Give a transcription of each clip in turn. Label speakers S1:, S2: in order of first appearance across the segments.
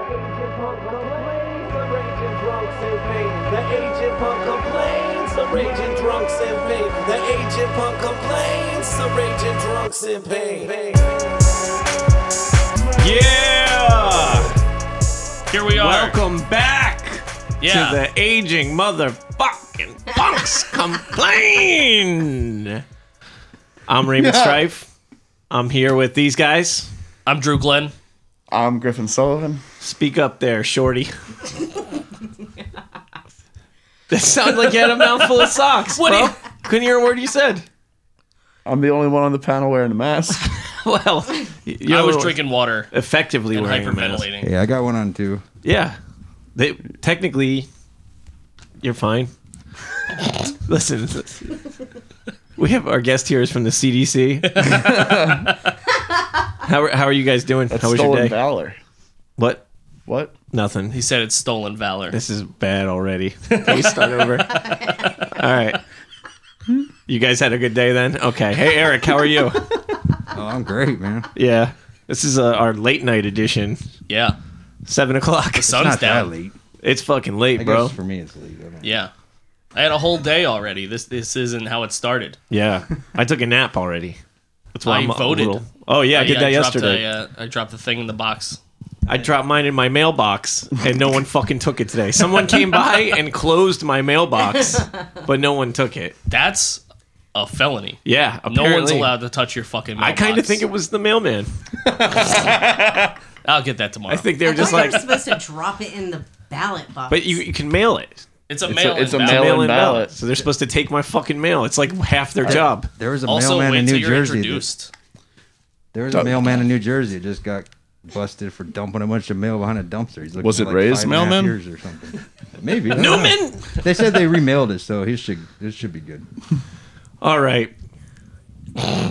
S1: punk complains, the raging drunks in pain. The aged punk complains, the raging drunks in pain. The aged punk complains, the raging drunks in pain.
S2: Yeah!
S3: Here we are.
S2: Welcome back
S3: Yeah.
S2: to the aging motherfucking punks complain. I'm Raymond Strife. I'm here with these guys.
S3: I'm Drew Glenn.
S4: I'm Griffin Sullivan.
S2: Speak up there, shorty. that sounds like you had a mouthful of socks,
S3: What do
S2: bro.
S3: you-
S2: Couldn't hear a word you said.
S4: I'm the only one on the panel wearing a mask.
S2: Well, you
S3: I was drinking water
S2: effectively
S3: and
S2: wearing a mask.
S3: hyperventilating.
S5: Yeah, I got one on too.
S2: Yeah. They technically you're fine. Listen. We have our guest here is from the CDC. how are, how are you guys doing?
S4: That's
S2: how was your
S4: stolen
S2: day?
S4: valor.
S2: What?
S4: What?
S2: Nothing.
S3: He said it's stolen valor.
S2: This is bad already. Can we start over? All right. You guys had a good day then? Okay. Hey Eric, how are you?
S5: Oh, I'm great, man.
S2: Yeah. This is uh, our late night edition.
S3: yeah.
S2: Seven o'clock.
S3: Sun's
S5: Not that
S3: down.
S5: late.
S2: It's fucking
S5: I
S2: late, bro.
S5: guess for me it's late. I don't know.
S3: Yeah. I had a whole day already. This this isn't how it started.
S2: Yeah, I took a nap already. That's why
S3: I
S2: am
S3: voted.
S2: oh yeah, I did that
S3: dropped
S2: yesterday.
S3: A, uh, I dropped the thing in the box.
S2: I dropped mine in my mailbox, and no one fucking took it today. Someone came by and closed my mailbox, but no one took it.
S3: That's a felony.
S2: Yeah, apparently.
S3: No one's allowed to touch your fucking
S2: I
S3: mailbox.
S2: kind of think it was the mailman.
S3: I'll get that tomorrow.
S2: I think they were just
S6: thought you
S2: like,
S6: were supposed to drop it in the ballot box.
S2: but you, you can mail it.
S3: it's a
S4: It's
S3: mail.
S4: a, it's a
S3: in
S4: mail-in
S3: ballot.
S2: Mail-in
S4: ballot.
S2: ballot. So they're supposed to take my fucking mail. It's like half their job.
S5: There was a
S3: Also,
S5: mailman
S3: wait
S5: in
S3: till
S5: New
S3: you're
S5: Jersey. That,
S3: introduced.
S5: there was a mailman in New Jersey that just got busted for dumping a bunch of mail behind a dumpster. He's looking
S4: Was
S5: for
S4: it
S5: like
S4: Ray's
S5: five and a half
S4: mailman?
S5: Years or something. Maybe I don't know. They said they remailed it, so he should. This should be good.
S2: All right.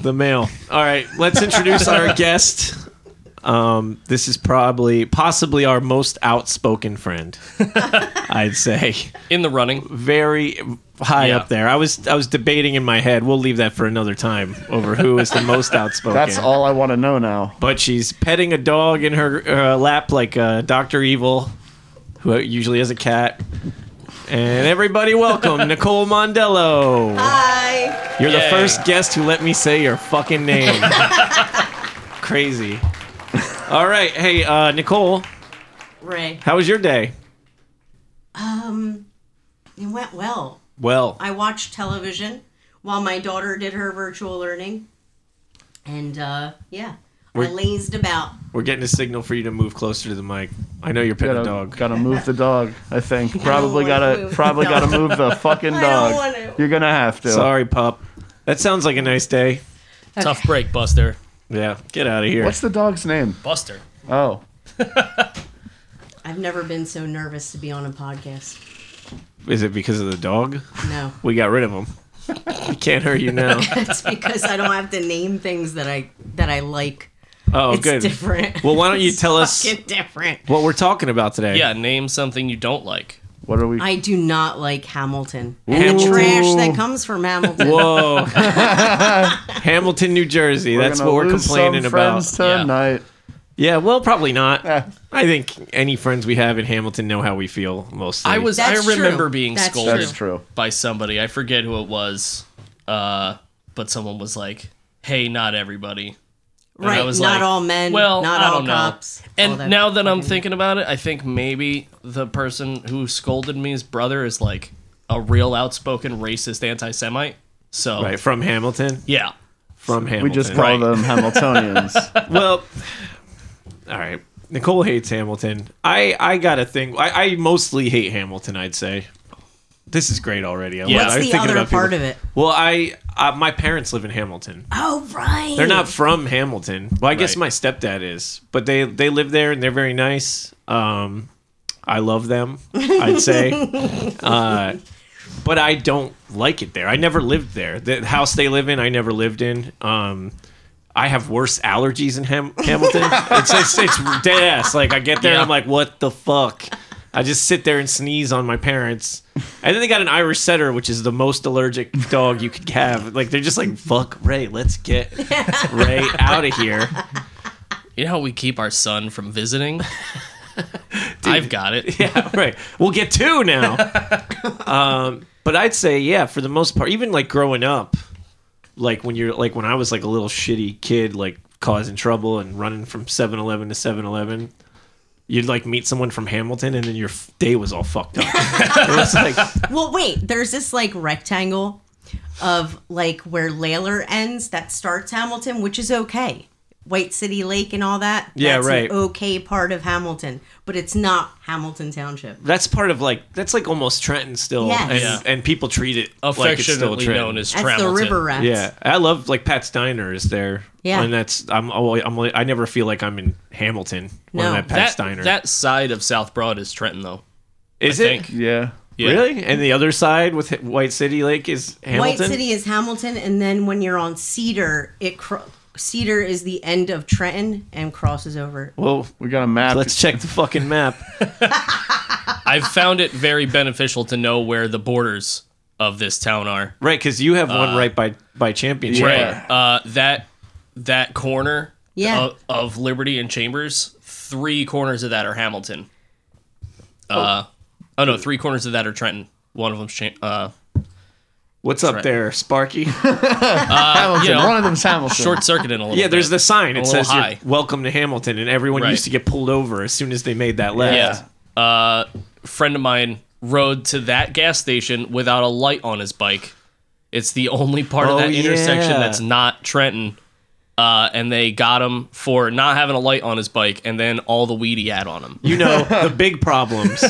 S2: The mail. All right, let's introduce our guest. Um, this is probably, possibly our most outspoken friend, I'd say.
S3: In the running.
S2: Very high
S3: Yeah.
S2: up there. I was I was debating in my head. We'll leave that for another time over who is the most outspoken.
S4: That's all I want to know now.
S2: But she's petting a dog in her uh, lap like uh, Doctor Evil, who usually has a cat. And everybody, welcome Nicole Mondello.
S6: Hi.
S2: You're the
S3: Yay.
S2: first guest who let me say your fucking name. Crazy. All right, hey uh, Nicole,
S6: Ray.
S2: how was your day?
S6: Um, it went well.
S2: Well,
S6: I watched television while my daughter did her virtual learning, and uh, yeah, I
S2: Were-
S6: lazed about.
S2: we're getting a signal for you to move closer to the mic. I know you're petting a
S4: Gotta,
S2: dog.
S4: gotta move the dog. I think probably
S6: wanna
S4: gotta
S6: move the
S4: probably
S6: dog.
S4: gotta move the fucking
S6: I
S4: dog.
S6: don't wanna.
S4: You're gonna have to.
S2: Sorry, pup. That sounds like a nice day.
S3: Tough break, Buster.
S2: Yeah, get out of here.
S4: What's the dog's name?
S3: Buster.
S4: Oh,
S6: I've never been so nervous to be on a podcast.
S2: Is it because of the dog?
S6: No,
S2: We got rid of him. we can't hurt you now.
S6: it's because I don't have to name things that I that I like.
S2: Oh,
S6: it's
S2: good.
S6: different.
S2: Well, why don't you
S6: It's
S2: tell us-
S6: fucking different?
S2: What we're talking about today?
S3: Yeah, name something you don't like.
S4: what are we?
S6: I do not like Hamilton and the trash that comes from Hamilton.
S2: Whoa. Hamilton, New Jersey. That's
S4: gonna
S2: what we're
S4: lose
S2: complaining
S4: some
S2: about.
S4: friends
S3: Yeah.
S4: Tonight.
S2: Yeah, well, probably not.
S4: Eh.
S2: I think any friends we have in Hamilton know how we feel mostly.
S3: I was.
S6: That's
S3: I remember
S6: true.
S3: being
S6: That's
S3: scolded.
S4: That's true.
S3: by somebody. I forget who it was, uh, but someone was like, "Hey, not everybody." And
S6: Right,
S3: I was
S6: not
S3: like,
S6: all men,
S3: Well,
S6: not
S3: I
S6: all
S3: don't know.
S6: cops, all
S3: And
S6: that
S3: now that I'm thinking about it, I think maybe the person who scolded me's brother is like a real outspoken racist anti-Semite. So
S2: right from Hamilton.
S3: yeah,
S2: From Hamilton.
S4: We just call
S3: Right.
S4: them Hamiltonians.
S2: well. All right. Nicole hates Hamilton. I I got a thing. I, I mostly hate Hamilton. I'd say. This is great already. I-
S3: Yeah.
S2: I
S6: What's
S2: was
S6: the
S2: thinking
S6: other
S2: about
S6: part
S2: people-
S6: of it?
S2: Well, I uh, my parents live in Hamilton.
S6: Oh, right.
S2: They're not from Hamilton. Well, I guess
S3: Right.
S2: my stepdad is, but they they live there and they're very nice. Um, I love them. I'd say, uh, but I don't like it there. I never lived there. The house they live in, I never lived in. Um, I have worse allergies in Ham- Hamilton. it's, it's it's dead ass. Like I get there and
S3: Yeah.
S2: I'm like, what the fuck. I just sit there and sneeze on my parents, and then they got an Irish Setter, which is the most allergic dog you could have. Like they're just like, "Fuck Ray, let's get Ray out of here.
S3: you know how we keep our son from visiting? I've got it.
S2: yeah, right. We'll get two now. um, but I'd say, yeah, for the most part, even like growing up, like when you're like when I was like a little shitty kid, like causing trouble and running from 7 Eleven to 7 Eleven, you'd like meet someone from Hamilton and then your f- day was all fucked up. it was like,
S6: Well, wait. There's this like rectangle of like where Layler ends that starts Hamilton, which is okay. White City Lake and all that.
S2: Yeah,
S6: that's
S2: right.
S6: An okay part of Hamilton, but it's not Hamilton Township.
S2: that's part of like, that's like almost Trenton still.
S6: Yes.
S2: And,
S3: Yeah.
S2: and people treat it like it's still
S3: Affectionately
S2: Trenton.
S3: known as
S6: That's
S3: Tramelton.
S6: the river rats.
S2: Yeah, I love like Pat's Diner is there.
S6: Yeah.
S2: and that's I'm always, I'm like- I never feel like I'm in Hamilton when
S6: No.
S2: I'm at Pat's
S3: That,
S2: Diner.
S3: that side of South Broad is Trenton, though.
S2: is
S3: I
S2: it
S3: think.
S4: Yeah.
S3: Yeah.
S2: really? And the other side with H- White City Lake is Hamilton.
S6: White City is Hamilton, and then when you're on Cedar, it cro- Cedar is the end of Trenton and crosses over.
S2: Well,
S4: We got a map.
S2: let's check the fucking map.
S3: I've found it very beneficial to know where the borders of this town are.
S2: right, because you have
S3: Uh,
S2: one right by by Championship.
S4: Yeah.
S3: Right. Uh, that that corner
S6: Yeah.
S3: of, of Liberty and Chambers, three corners of that are Hamilton. Uh, oh. no, three corners of that are Trenton. One of them's Cha- uh,
S2: What's up
S3: right.
S2: there, Sparky?
S4: Hamilton.
S3: you know,
S4: One of them's Hamilton.
S3: short circuiting a little.
S2: yeah, there's
S3: bit.
S2: the sign. It
S3: little
S2: says you're
S3: high.
S2: "Welcome to Hamilton," and everyone
S3: Right.
S2: used to get pulled over as soon as they made that left.
S3: Yeah. Uh, friend of mine rode to that gas station without a light on his bike. It's the only part
S2: Oh,
S3: of that intersection
S2: yeah.
S3: that's not Trenton. Uh, and they got him for not having a light on his bike and then all the weed he had on him.
S2: You know the big problems.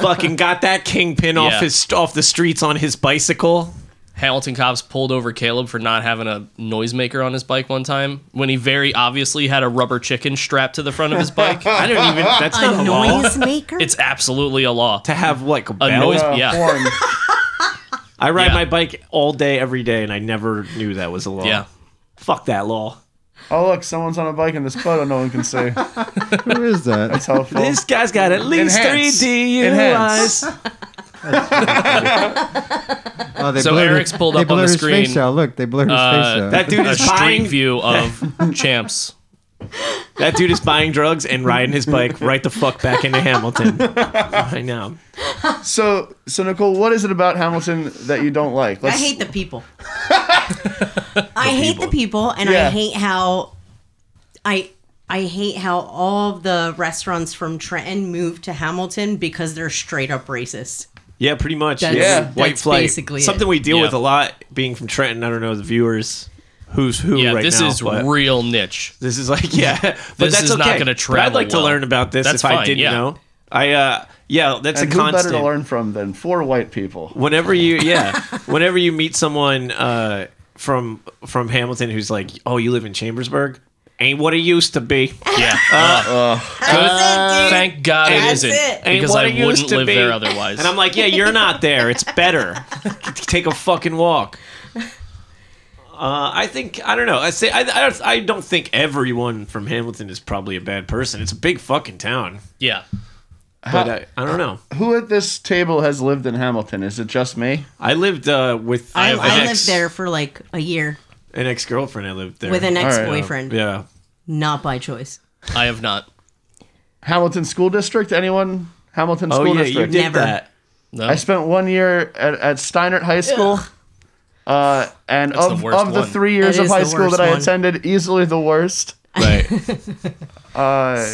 S2: Fucking got that kingpin off
S3: Yeah.
S2: his off the streets on his bicycle.
S3: Hamilton cops pulled over Caleb for not having a noisemaker on his bike one time when he very obviously had a rubber chicken strapped to the front of his bike.
S2: I don't even. That's
S6: A
S2: not a law.
S6: noise maker.
S3: It's absolutely a law.
S2: To have like a,
S3: A
S2: bell?
S3: noise,
S4: Uh,
S3: yeah,
S4: horn.
S2: I ride
S3: Yeah.
S2: my bike all day, every day, and I never knew that was a law.
S3: yeah.
S2: Fuck that law.
S4: Oh look, someone's on a bike in this photo. No one can see.
S5: Who is that?
S4: It's helpful.
S2: This guy's got at least
S4: Enhance.
S2: three DUIs.
S4: Enhance.
S5: Oh, they
S3: So
S5: blurred
S3: Eric's pulled
S5: they
S3: up on the
S5: blurred his
S3: screen. Uh,
S5: Face out. Look, they blurred his face out.
S2: That dude
S3: A
S2: is
S3: street
S2: buying.
S3: view of Champs.
S2: That dude is buying drugs and riding his bike right the fuck back into Hamilton. I know.
S4: So, so Nicole, what is it about Hamilton that you don't like?
S6: I
S4: Let's-
S6: hate the people. I hate the people, and I
S4: Yeah.
S6: hate how I I hate how all of the restaurants from Trenton moved to Hamilton because they're straight up racist.
S2: Yeah, pretty much.
S6: That's-
S2: It's
S4: Yeah.
S2: white
S6: that's
S2: flight.
S6: basically it.
S2: Something we deal
S3: Yeah.
S2: with a lot, being from Trenton. I don't know the viewers, who's who
S3: Yeah,
S2: right
S3: this
S2: now.
S3: is
S2: but
S3: real niche.
S2: this is like yeah, but
S3: This
S2: that's
S3: is not
S2: okay.
S3: gonna
S2: But I'd like
S3: travel
S2: to
S3: well.
S2: learn about this if
S3: That's
S2: I
S3: fine,
S2: didn't
S3: yeah.
S2: know. I uh yeah, that's
S4: and
S2: a
S4: who
S2: constant.
S4: better to learn from than four white people?
S2: whenever you yeah whenever you meet someone uh from from hamilton who's like oh you live in chambersburg ain't what it used to be
S3: Yeah. Thank God it
S6: That's
S3: isn't
S6: it.
S2: ain't
S3: because
S2: what
S3: I
S2: Um, it used
S3: wouldn't
S2: to
S3: live
S2: be.
S3: there otherwise.
S2: and i'm like yeah you're not there it's better take a fucking walk uh, I think I don't know. I say I, I, don't- I don't think everyone from Hamilton is probably a bad person. It's a big fucking town,
S3: yeah.
S2: but I, I don't know.
S4: Who at this table has lived in Hamilton? Is it just me?
S2: I lived uh, with
S6: I,
S2: an
S6: I
S2: ex-
S6: lived there for like a year
S2: An ex girlfriend. I lived there
S6: with an
S4: All right,
S6: ex
S4: uh,
S6: boyfriend,
S2: Yeah,
S6: not by choice.
S3: I have not.
S4: Hamilton School District? Anyone? Hamilton
S2: Oh
S4: School
S2: yeah, you
S4: District.
S2: did
S6: Never.
S2: that.
S3: No.
S4: I spent one year at, at Steinert High School. Uh, and
S3: That's the
S4: of,
S3: worst
S4: of the
S3: one.
S4: three years
S6: That
S4: of
S6: is
S4: high
S6: the
S4: school
S6: worst
S4: that I
S6: one.
S4: attended, easily the worst.
S2: Right.
S4: Uh,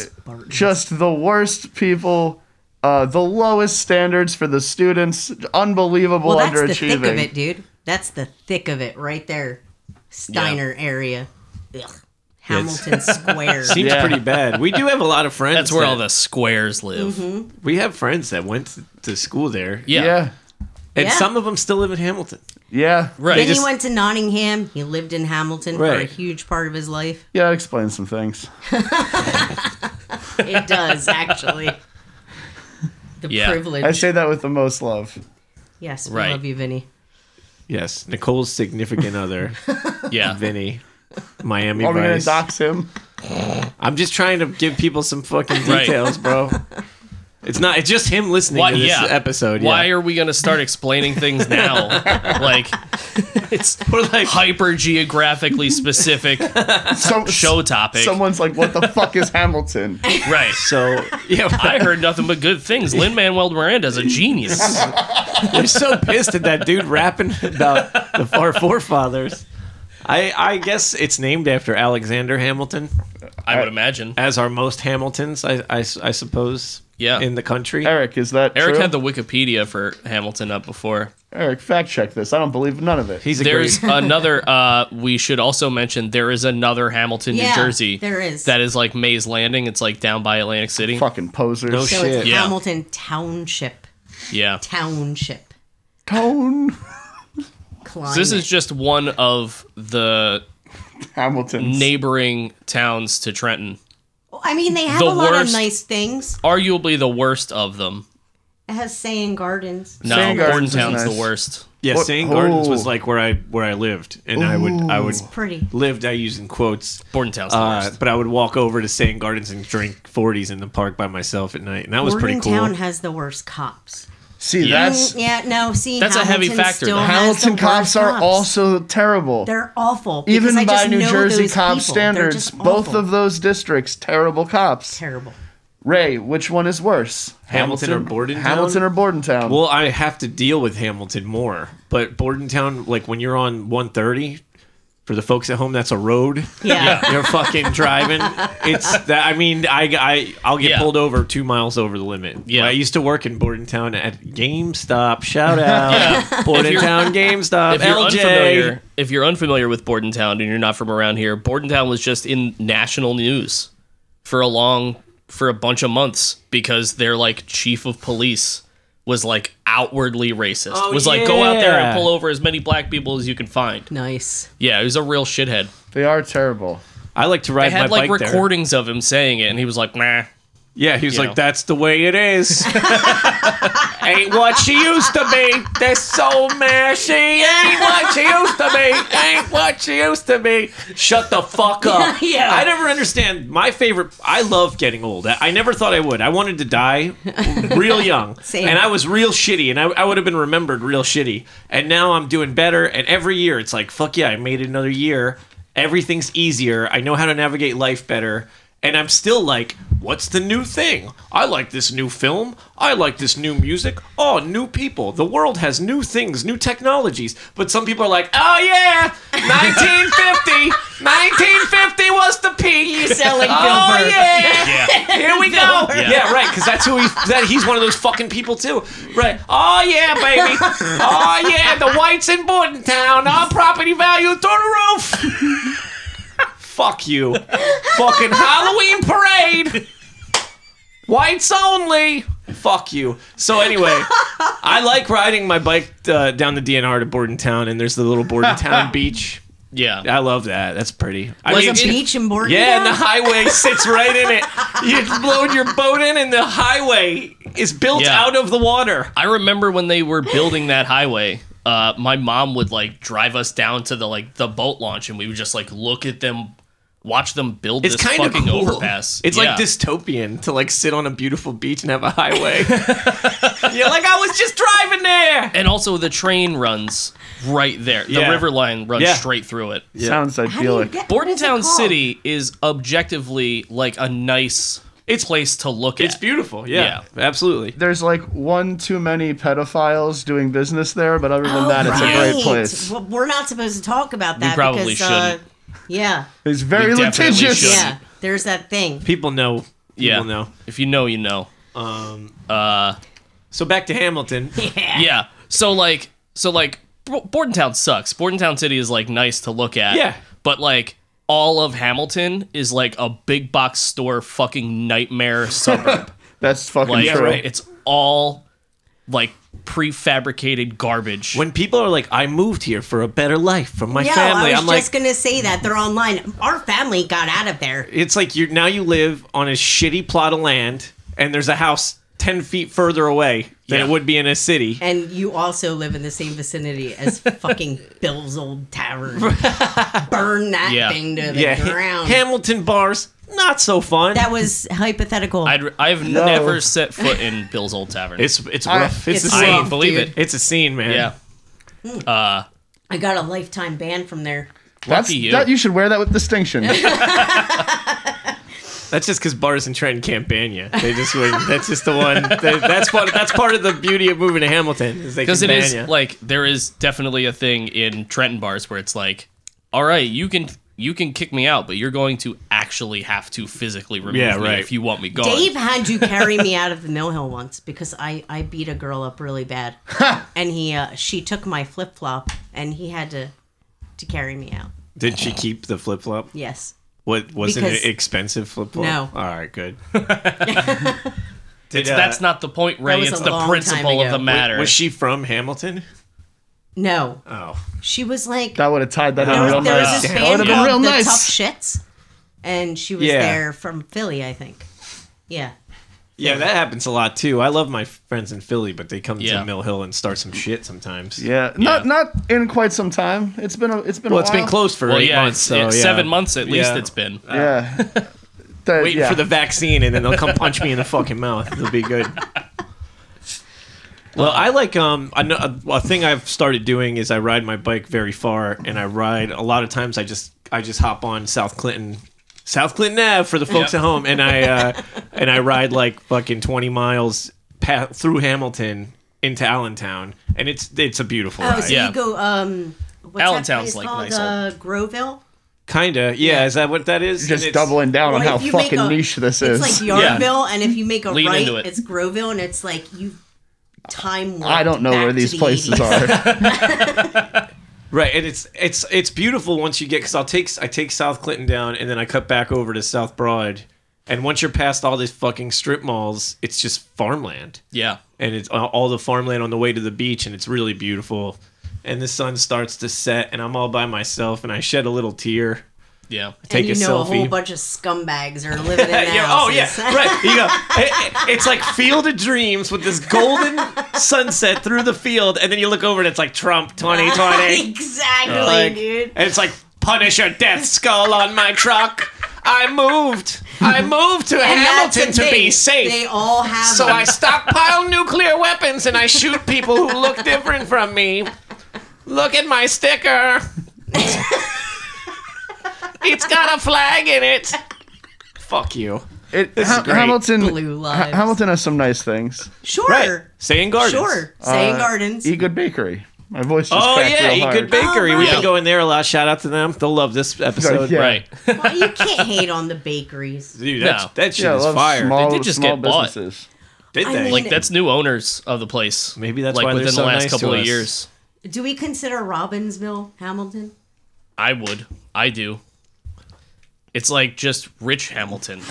S4: just the worst people. Uh, the lowest standards for the students. Unbelievable
S6: Well, that's the
S4: underachieving.
S6: thick of it, dude. That's the thick of it right there. Steiner area. Ugh. Hamilton Square.
S2: Seems
S4: Yeah.
S2: pretty bad. We do have a lot of friends.
S3: That's where
S2: that-
S3: all the squares live.
S2: We have friends that went to school there,
S3: Yeah.
S4: Yeah.
S2: and
S6: Yeah.
S2: some of them still live in Hamilton.
S4: Yeah.
S3: Right.
S6: Then
S3: Just-
S6: he went to Nottingham. He lived in Hamilton for a
S2: Right.
S6: huge part of his life.
S4: Yeah, that explains some things.
S6: It does actually. The
S3: Yeah.
S6: privilege.
S4: I say that with the most love.
S6: yes, we
S3: Right.
S6: love you, Vinny.
S2: Yes, Nicole's significant other,
S3: yeah.
S2: Vinny, Miami
S4: Are we gonna
S2: Vice.
S4: dox him?
S2: I'm just trying to give people some fucking
S3: Right.
S2: details, bro. It's not. It's just him listening
S3: Why,
S2: to this
S3: yeah.
S2: episode.
S3: Why
S2: yeah.
S3: are we gonna start explaining things now? like it's
S2: We're like,
S3: hyper geographically specific
S4: Some,
S3: show topic.
S4: Someone's like, "What the fuck is Hamilton?"
S3: Right.
S2: so yeah,
S3: I heard nothing but good things. Lin Manuel Miranda's a genius.
S2: I'm so pissed at that dude rapping about the far forefathers. I I guess it's named after Alexander Hamilton,
S3: I would imagine.
S2: as are most Hamiltons, I I, I suppose.
S3: Yeah.
S2: In the country.
S4: Eric, is that
S3: Eric
S4: true?
S3: had the Wikipedia for Hamilton up before.
S4: Eric, fact check this. I don't believe none of it.
S2: He's a
S3: There's
S2: great.
S3: another. Uh, we should also mention there is another Hamilton,
S6: Yeah,
S3: New Jersey.
S6: there is.
S3: That is like Mays Landing. It's like down by Atlantic City.
S4: Fucking posers.
S2: No
S6: So
S2: shit.
S6: it's
S3: Yeah.
S6: Hamilton Township.
S3: Yeah.
S6: Township.
S4: Tone
S6: Climate.
S3: So this is just one of the
S4: Hamilton's
S3: neighboring towns to Trenton.
S6: I mean, they have
S3: the
S6: a lot
S3: worst-
S6: of nice things.
S3: Arguably the worst of them.
S6: It has Saying Gardens.
S3: No,
S4: Sand Gardens is
S3: Bordentown's
S4: nice.
S3: the worst.
S2: Yeah,
S4: What-
S2: St. Gardens was
S4: Oh.
S2: like where I where I lived, and I would I would
S6: Pretty.
S2: lived. I use in quotes.
S3: Bordentown's the
S2: Uh,
S3: worst.
S2: but I would walk over to St. Gardens and drink 40s in the park by myself at night, and that was pretty cool.
S6: Morgantown has the worst cops. Mm,
S4: See,
S3: Yeah.
S4: that's
S6: Yeah, no, see,
S3: That's a
S6: Hamilton
S3: heavy factor,
S6: Still
S3: though.
S6: has
S4: Hamilton
S6: the worst
S4: cops are also terrible.
S6: They're awful.
S4: Even
S6: because I
S4: by
S6: just
S4: New
S6: know
S4: Jersey
S6: those
S4: cop
S6: people. They're
S4: standards,
S6: just
S4: both
S6: awful.
S4: of those districts, terrible cops.
S6: terrible.
S4: Ray, which one is worse?
S2: Hamilton or Bordentown?
S4: Hamilton or Bordentown?
S2: Well, I have to deal with Hamilton more, but Bordentown, like when you're on 130, for the folks at home, that's a road.
S6: Yeah.
S2: you're fucking driving. It's that. I mean, I I I'll get
S3: Yeah.
S2: pulled over two miles over the limit.
S3: Yeah.
S2: I used to work in Bordentown at GameStop. Shout out Bordentown GameStop.
S3: If you're,
S2: LJ.
S3: unfamiliar, if you're unfamiliar with Bordentown and you're not from around here, Bordentown was just in national news for a long, for a bunch of months because their like chief of police was like outwardly racist.
S2: Oh,
S3: was like, go out there
S2: yeah.
S3: and pull over as many black people as you can find.
S6: Nice.
S3: Yeah, he was a real shithead.
S4: they are terrible.
S2: I like to ride
S3: I had
S2: my
S3: like
S2: bike there.
S3: recordings of him saying it, and he was like, nah.
S2: Yeah, he was
S3: You
S2: like,
S3: know.
S2: "That's the way it is. ain't what she used to be. This so mad. She ain't what she used to be. Ain't what she used to be. Shut the fuck up."
S6: Yeah.
S2: I never understand. My favorite. I love getting old. I, I never thought I would. I wanted to die real young,
S6: Same.
S2: and I was real shitty, and I, I would have been remembered real shitty. And now I'm doing better. And every year, it's like, "Fuck yeah, I made it another year." Everything's easier. I know how to navigate life better and I'm still like, what's the new thing? I like this new film. I like this new music. Oh, new people. The world has new things, new technologies. But some people are like, oh yeah, 1950. 1950 was the peak.
S6: You sound like Bill
S2: Oh
S6: Burr.
S2: yeah. Here we go.
S3: Yeah.
S2: Yeah, right. Because that's who he. That he's one of those fucking people too. Right. Oh yeah, baby. Oh yeah, the whites in Bordentown. Our property value through the roof. Fuck you. Fucking Halloween parade. Whites only. Fuck you. So anyway, I like riding my bike uh, down the DNR to Bordentown, and there's the little Bordentown beach.
S3: Yeah.
S2: I love that. That's pretty. I
S3: Like
S2: mean,
S6: There's a beach in Bordentown.
S2: yeah, and the highway sits right in it. You load your boat in, and the highway is built
S3: Yeah.
S2: out of the water.
S3: I remember when they were building that highway. Uh, my mom would like drive us down to the like the boat launch, and we would just like look at them, watch them build
S2: It's
S3: this
S2: kind of
S3: fucking
S2: cool.
S3: overpass.
S2: It's
S3: Yeah.
S2: like dystopian to like sit on a beautiful beach and have a highway. You're like, I was just driving there.
S3: and also the train runs right there. The
S2: Yeah.
S3: river line runs
S2: Yeah.
S3: straight through it.
S4: Sounds
S6: How do you
S4: idyllic.
S6: get- what is it
S3: Bordentown
S6: called?
S3: City is objectively like a nice
S2: It's-
S3: place to look at.
S2: It's beautiful. Yeah, absolutely.
S4: There's like one too many pedophiles doing business there, but other than
S6: Oh,
S4: that, it's a
S6: right.
S4: great place.
S6: Well, we're not supposed to talk about that.
S3: probably
S6: because, uh,
S3: shouldn't.
S6: yeah,
S4: It's very
S3: We definitely
S4: litigious.
S3: should.
S6: yeah. There's that thing.
S2: People know. People
S3: Yeah.
S2: know.
S3: If you know, you know.
S2: So back to Hamilton.
S3: Yeah. So like so like B- Bordentown sucks. Bordentown City is like nice to look at.
S2: Yeah.
S3: But like all of Hamilton is like a big box store fucking nightmare suburb.
S4: That's fucking
S3: Like
S4: true.
S2: right.
S3: it's all like prefabricated garbage.
S2: When people are like, "I moved here for a better life for my
S6: Yeah,
S2: family,"
S6: I was
S2: I'm like,
S6: just gonna say that they're online. Our family got out of there.
S2: it's like you now you live on a shitty plot of land, and there's a house ten feet further away than
S3: Yeah.
S2: it would be in a city.
S6: And you also live in the same vicinity as fucking Bill's old tavern. Burn that
S3: Yeah.
S6: thing to the
S2: yeah, Ha-
S6: ground.
S2: Hamilton bars not so fun.
S6: That was hypothetical.
S3: I'd, I've never set foot in Bill's Old Tavern.
S2: it's it's
S4: I-
S2: rough. it's,
S6: It's
S2: a
S3: I
S2: scene.
S6: rough.
S3: ain't believe
S6: dude.
S3: it.
S2: It's a scene, man.
S3: Yeah.
S6: I got a lifetime ban from there.
S4: That's
S3: you.
S4: that you should wear that with distinction.
S2: That's just because Bars and Trent can't ban you. They just wouldn't. That's just the one. that- that's part. That's part of the beauty of moving to Hamilton is they can
S3: Because it
S2: ban
S3: is
S2: you.
S3: like there is definitely a thing in Trenton bars where it's like, all right, you can you can kick me out, but you're going to actually have to physically remove
S2: Yeah,
S3: me
S2: right.
S3: if you want me gone.
S6: Dave had to carry me out of the mill hill once because I, I beat a girl up really bad, and he uh, she took my flip flop and he had to to carry me out.
S2: Did she keep the flip flop?
S6: Yes,
S2: What wasn't
S6: Because-
S2: it expensive flip flop?
S6: No.
S2: All right, good. Did,
S3: It's,
S2: uh,
S3: that's not the point, Ray.
S6: was
S3: It's
S6: a
S3: the
S6: long time
S3: principle of
S6: ago.
S3: the
S6: Wait,
S3: matter.
S2: Was she from Hamilton?
S6: no,
S2: Oh,
S6: she was like
S4: that would have tied that
S6: there
S4: in
S6: was,
S4: real
S6: there was
S4: nice.
S6: this
S4: That would
S6: band
S4: have been
S6: called
S4: real
S6: the
S4: nice.
S6: Tough Shits, and she was
S2: Yeah.
S6: there from Philly, I think. Yeah,
S2: yeah, that happens a lot too. I love my friends in Philly, but they come
S3: Yeah.
S2: to Mill Hill and start some shit sometimes.
S4: Yeah, not not in quite some time. It's been a it's been
S2: Well,
S4: a
S2: it's
S4: while.
S2: been closed for
S3: well,
S2: eight
S3: yeah,
S2: months.
S3: it's,
S2: So,
S3: it's
S2: yeah.
S3: seven months at least.
S2: Yeah.
S3: It's been.
S4: Yeah. That-
S2: Waiting
S4: yeah.
S2: for the vaccine, and then they'll come punch me in the fucking mouth. It'll be good. Well, I like um I know, a, a thing I've started doing is I ride my bike very far, and I ride a lot of times. I just I just hop on South Clinton, South Clinton Ave for the folks
S3: Yep.
S2: at home, and I uh, and I ride like fucking twenty miles pa- through Hamilton into Allentown, and it's it's a beautiful
S6: oh,
S2: ride.
S6: so
S3: Yeah.
S6: you go um, what's
S3: Allentown's
S6: that place
S3: like
S6: called?
S3: nice
S6: uh, Groville.
S2: Kinda, yeah, Is that what that is? And
S4: just
S2: it's-
S4: doubling down on
S6: Well,
S4: how
S6: if you make
S4: fucking
S6: a-
S4: niche this
S6: It's
S4: is.
S6: like Yardville, and if you make a
S3: Lean
S6: right,
S3: into it.
S6: it's Groville, and it's like you time.
S4: I don't know where
S6: warped back to
S4: these
S6: the
S4: places
S6: 80s.
S4: are.
S2: Right, and it's it's it's beautiful once you get because I'll take I take South Clinton down and then I cut back over to South Broad, and once you're past all these fucking strip malls, it's just farmland,
S3: Yeah.
S2: and it's all- all the farmland on the way to the beach, and it's really beautiful, and the sun starts to set, and I'm all by myself, and I shed a little tear,
S3: Yeah.
S2: take
S6: and you
S2: a
S6: know
S2: selfie.
S6: a whole bunch of scumbags are living in houses.
S2: yeah, oh yeah, right. You go. It- it- it's like Field of Dreams with this golden sunset through the field, and then you look over and it's like Trump 2020.
S6: exactly,
S2: Like,
S6: dude.
S2: And it's like, punish a death skull on my truck. I moved. I moved to
S6: And that's the
S2: Hamilton to be
S6: thing.
S2: safe.
S6: They all have.
S2: so
S6: them.
S2: I stockpile nuclear weapons and I shoot people who look different from me. Look at my sticker. it's got a flag in it. Fuck you.
S4: It, Ha-
S2: great.
S4: Hamilton
S6: Blue lives.
S4: Ha- Hamilton has some nice things.
S6: sure,
S2: Saying gardens.
S6: sure. Saying gardens.
S4: E Good Bakery. My voice just
S2: Oh
S4: cracked
S2: yeah,
S4: real
S2: Eat
S4: hard.
S2: Good Bakery.
S6: Oh,
S2: We've
S3: Yeah.
S2: been going there a lot. Shout out to them. They'll love this episode.
S4: Yeah.
S3: Right.
S6: Well, you can't hate on the bakeries.
S2: Dude, that,
S3: No.
S2: that shit
S4: Yeah, I
S2: is
S4: love
S2: fire.
S4: small,
S3: They did just
S4: small
S3: get bought.
S4: businesses.
S2: Did
S6: I
S2: they?
S6: mean-
S2: Like,
S3: That's new owners of the place.
S2: Maybe that's
S3: like
S2: why they're
S3: within
S2: so
S3: the last
S2: nice to
S3: couple of
S2: us.
S3: years.
S6: Do we consider Robbinsville Hamilton?
S3: I would. I do. It's like just rich Hamilton.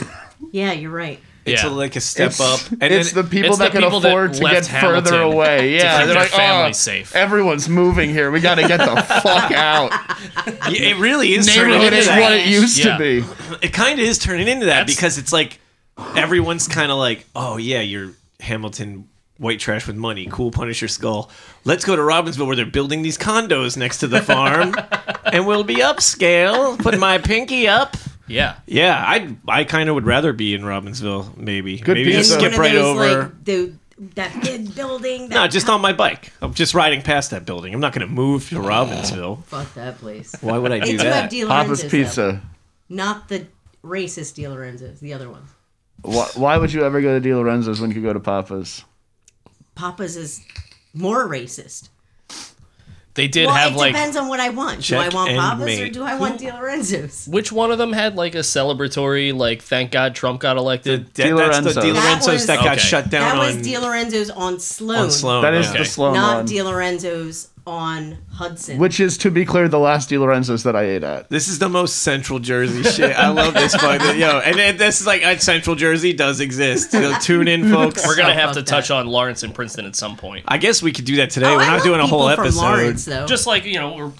S6: Yeah, you're right.
S2: it's
S3: yeah.
S2: a, like a step up. And
S4: it's
S2: then,
S4: the people
S3: It's
S4: that
S3: the
S4: can
S3: people that
S4: afford to
S3: left
S4: get further
S3: Hamilton
S4: away. Yeah,
S3: keep
S4: they're
S3: their
S4: like,
S3: family
S4: oh,
S3: safe."
S4: everyone's moving here. We got to get the fuck out.
S2: Yeah, it really is turning
S4: Neighborhood
S2: into
S4: is what
S2: that.
S4: it used
S3: Yeah.
S4: to be.
S2: It kind of is turning into that
S3: That's-
S2: because it's like everyone's kind of like, oh yeah, you're Hamilton white trash with money, cool Punisher skull. Let's go to Robbinsville where they're building these condos next to the farm, and we'll be upscale. Put my pinky up.
S3: yeah.
S2: Yeah, I I kind of would rather be in Robbinsville, maybe.
S4: Good
S2: maybe
S4: pizza.
S2: just skip
S6: In one
S2: right
S6: of those,
S2: over.
S6: Like, the, that big building. That
S2: no, just on my bike. I'm just riding past that building. I'm not going to move to Robbinsville.
S6: fuck that place.
S2: Why would I
S6: They
S2: do
S6: do have
S2: that?
S6: De Lorenzo's,
S4: Papa's
S6: though.
S4: Pizza.
S6: not the racist De Lorenzo's, the other one.
S4: Why, why would you ever go to Di Lorenzo's when you could go to Papa's?
S6: Papa's is more racist.
S3: They did
S6: well,
S3: have
S6: it
S3: like
S6: depends on what I want. Do I
S2: Check
S6: want
S2: and
S6: Papa's or
S2: mate.
S6: do I want De Lorenzo's?
S3: which one of them had like a celebratory like thank God Trump got
S2: The, that-
S3: elected?
S2: that's the
S4: Lorenzo.
S2: Di
S4: That
S2: Lorenzo's that,
S6: was-
S2: got
S3: Okay.
S2: shut down
S6: that was
S2: on,
S6: De Lorenzo's on Sloan,
S2: on
S3: Oh,
S2: Sloan.
S4: That is
S2: okay.
S4: the slow
S6: not
S4: one.
S6: De Lorenzo's on Hudson.
S4: Which is, to be clear, the last Di Lorenzo's that I ate at.
S2: This is the most Central Jersey shit. I love this fucking yo. And, and this is like uh, Central Jersey does exist. So tune in, folks.
S3: We're gonna
S6: Oh,
S3: have
S6: fuck
S3: to
S6: that.
S3: touch on Lawrence and Princeton at some point.
S2: I guess we could do that today.
S6: Oh,
S2: We're
S6: I
S2: not
S6: love
S2: doing a
S6: people
S2: whole
S6: from
S2: episode.
S6: Lawrence, though.
S3: Just like you know, we're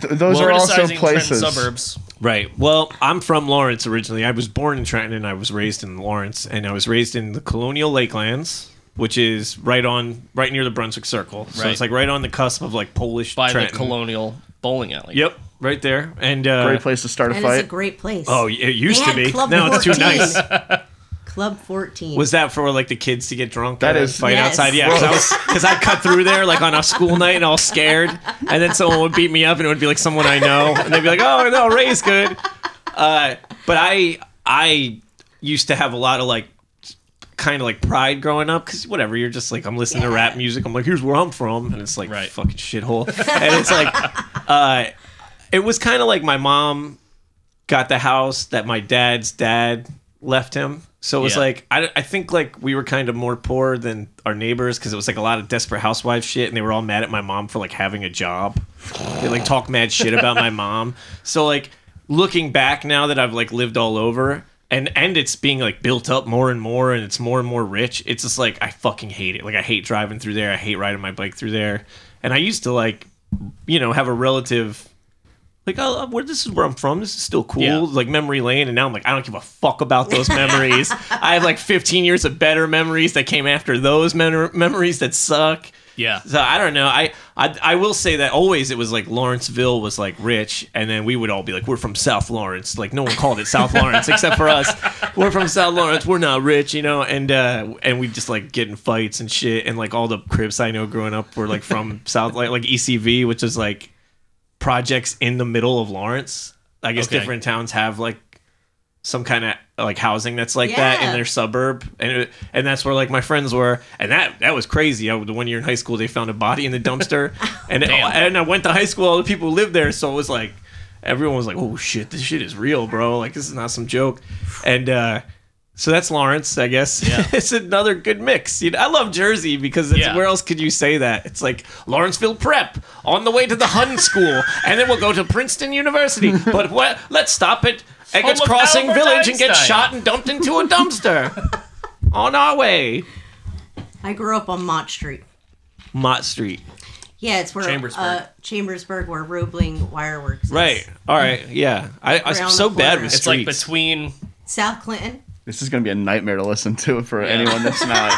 S4: Th- those are also
S3: politicizing
S4: places.
S3: Trenton suburbs.
S2: Right. Well, I'm from Lawrence originally. I was born in Trenton and I was raised in Lawrence and I was raised in the Colonial Lakelands, which is right on right near the Brunswick Circle. So
S3: Right.
S2: it's like right on the cusp of like Polish
S3: by
S2: Trenton.
S3: the colonial bowling alley.
S2: Yep. right there. And uh,
S4: Great place to start a
S6: And
S4: fight.
S6: it's a great place.
S2: oh, it used
S6: They
S2: to
S6: had
S2: be.
S6: Club
S2: Now it's too
S6: 14.
S2: nice.
S6: Club 14.
S2: Was that for like the kids to get drunk?
S4: That
S2: and
S4: is-
S2: fight
S6: Yes.
S2: outside. Yeah, because I, cut through there like on a school night and all scared, and then someone would beat me up, and it would be like someone I know, and they'd be like, "Oh no, Ray's good." Uh, but I I used to have a lot of like kind of like pride growing up because whatever you're just like I'm listening to rap music. I'm like, here's where I'm from, and it's like
S3: Right.
S2: fucking shithole, and it's like, uh, it was kind of like my mom got the house that my dad's dad left him. So it was
S3: Yeah.
S2: like I, I think like we were kind of more poor than our neighbors because it was like a lot of desperate housewives shit, and they were all mad at my mom for like having a job. They like talk mad shit about my mom. So like looking back now that I've like lived all over. And, and it's being like built up more and more and it's more and more rich. It's just like I fucking hate it. Like I hate driving through there. I hate riding my bike through there. And I used to like you know, have a relative like, oh, where this is where I'm from. This is still cool.
S3: Yeah.
S2: Like memory lane, and now I'm like, I don't give a fuck about those memories. I have like 15 years of better memories that came after those mem- memories that suck.
S3: Yeah.
S2: So I don't know. I, I I will say that always it was like Lawrenceville was like rich, and then we would all be like, we're from South Lawrence. Like no one called it South Lawrence except for us. We're from South Lawrence. We're not rich, you know. And uh, and we just like get in fights and shit. And like all the cribs I know growing up were like from South like like ECV, which is like projects in the middle of Lawrence. I guess
S3: Okay.
S2: different towns have like some kind of like housing that's like that in
S6: Yeah.
S2: their suburb, and it, and that's where like my friends were, and that that was crazy. I, the one year in high school, they found a body in the dumpster, and and I went to high school. All the people who lived there, so it was like everyone was like, "Oh shit, this shit is real, bro! Like this is not some joke," and. uh so that's Lawrence, I guess. it's another good mix. You know, I love Jersey because it's,
S3: Yeah.
S2: where else could you say that? It's like Lawrenceville Prep on the way to the Hun School, and then we'll go to Princeton University. But what, let's stop at Eggers
S3: of
S2: Crossing
S3: Albert
S2: Village and get
S3: Einstein.
S2: shot and dumped into a dumpster on our way.
S6: I grew up on Mott Street.
S2: Mott Street.
S6: Yeah, it's where
S3: Chambersburg.
S6: Uh, Chambersburg, where Roebling Wireworks is.
S2: Right. All right. Yeah. I, I
S6: Around
S2: so
S6: the
S2: bad
S6: corner.
S2: with
S3: It's like
S2: streets.
S3: between
S6: South Clinton.
S4: this is gonna be a nightmare to listen to for anyone that's not.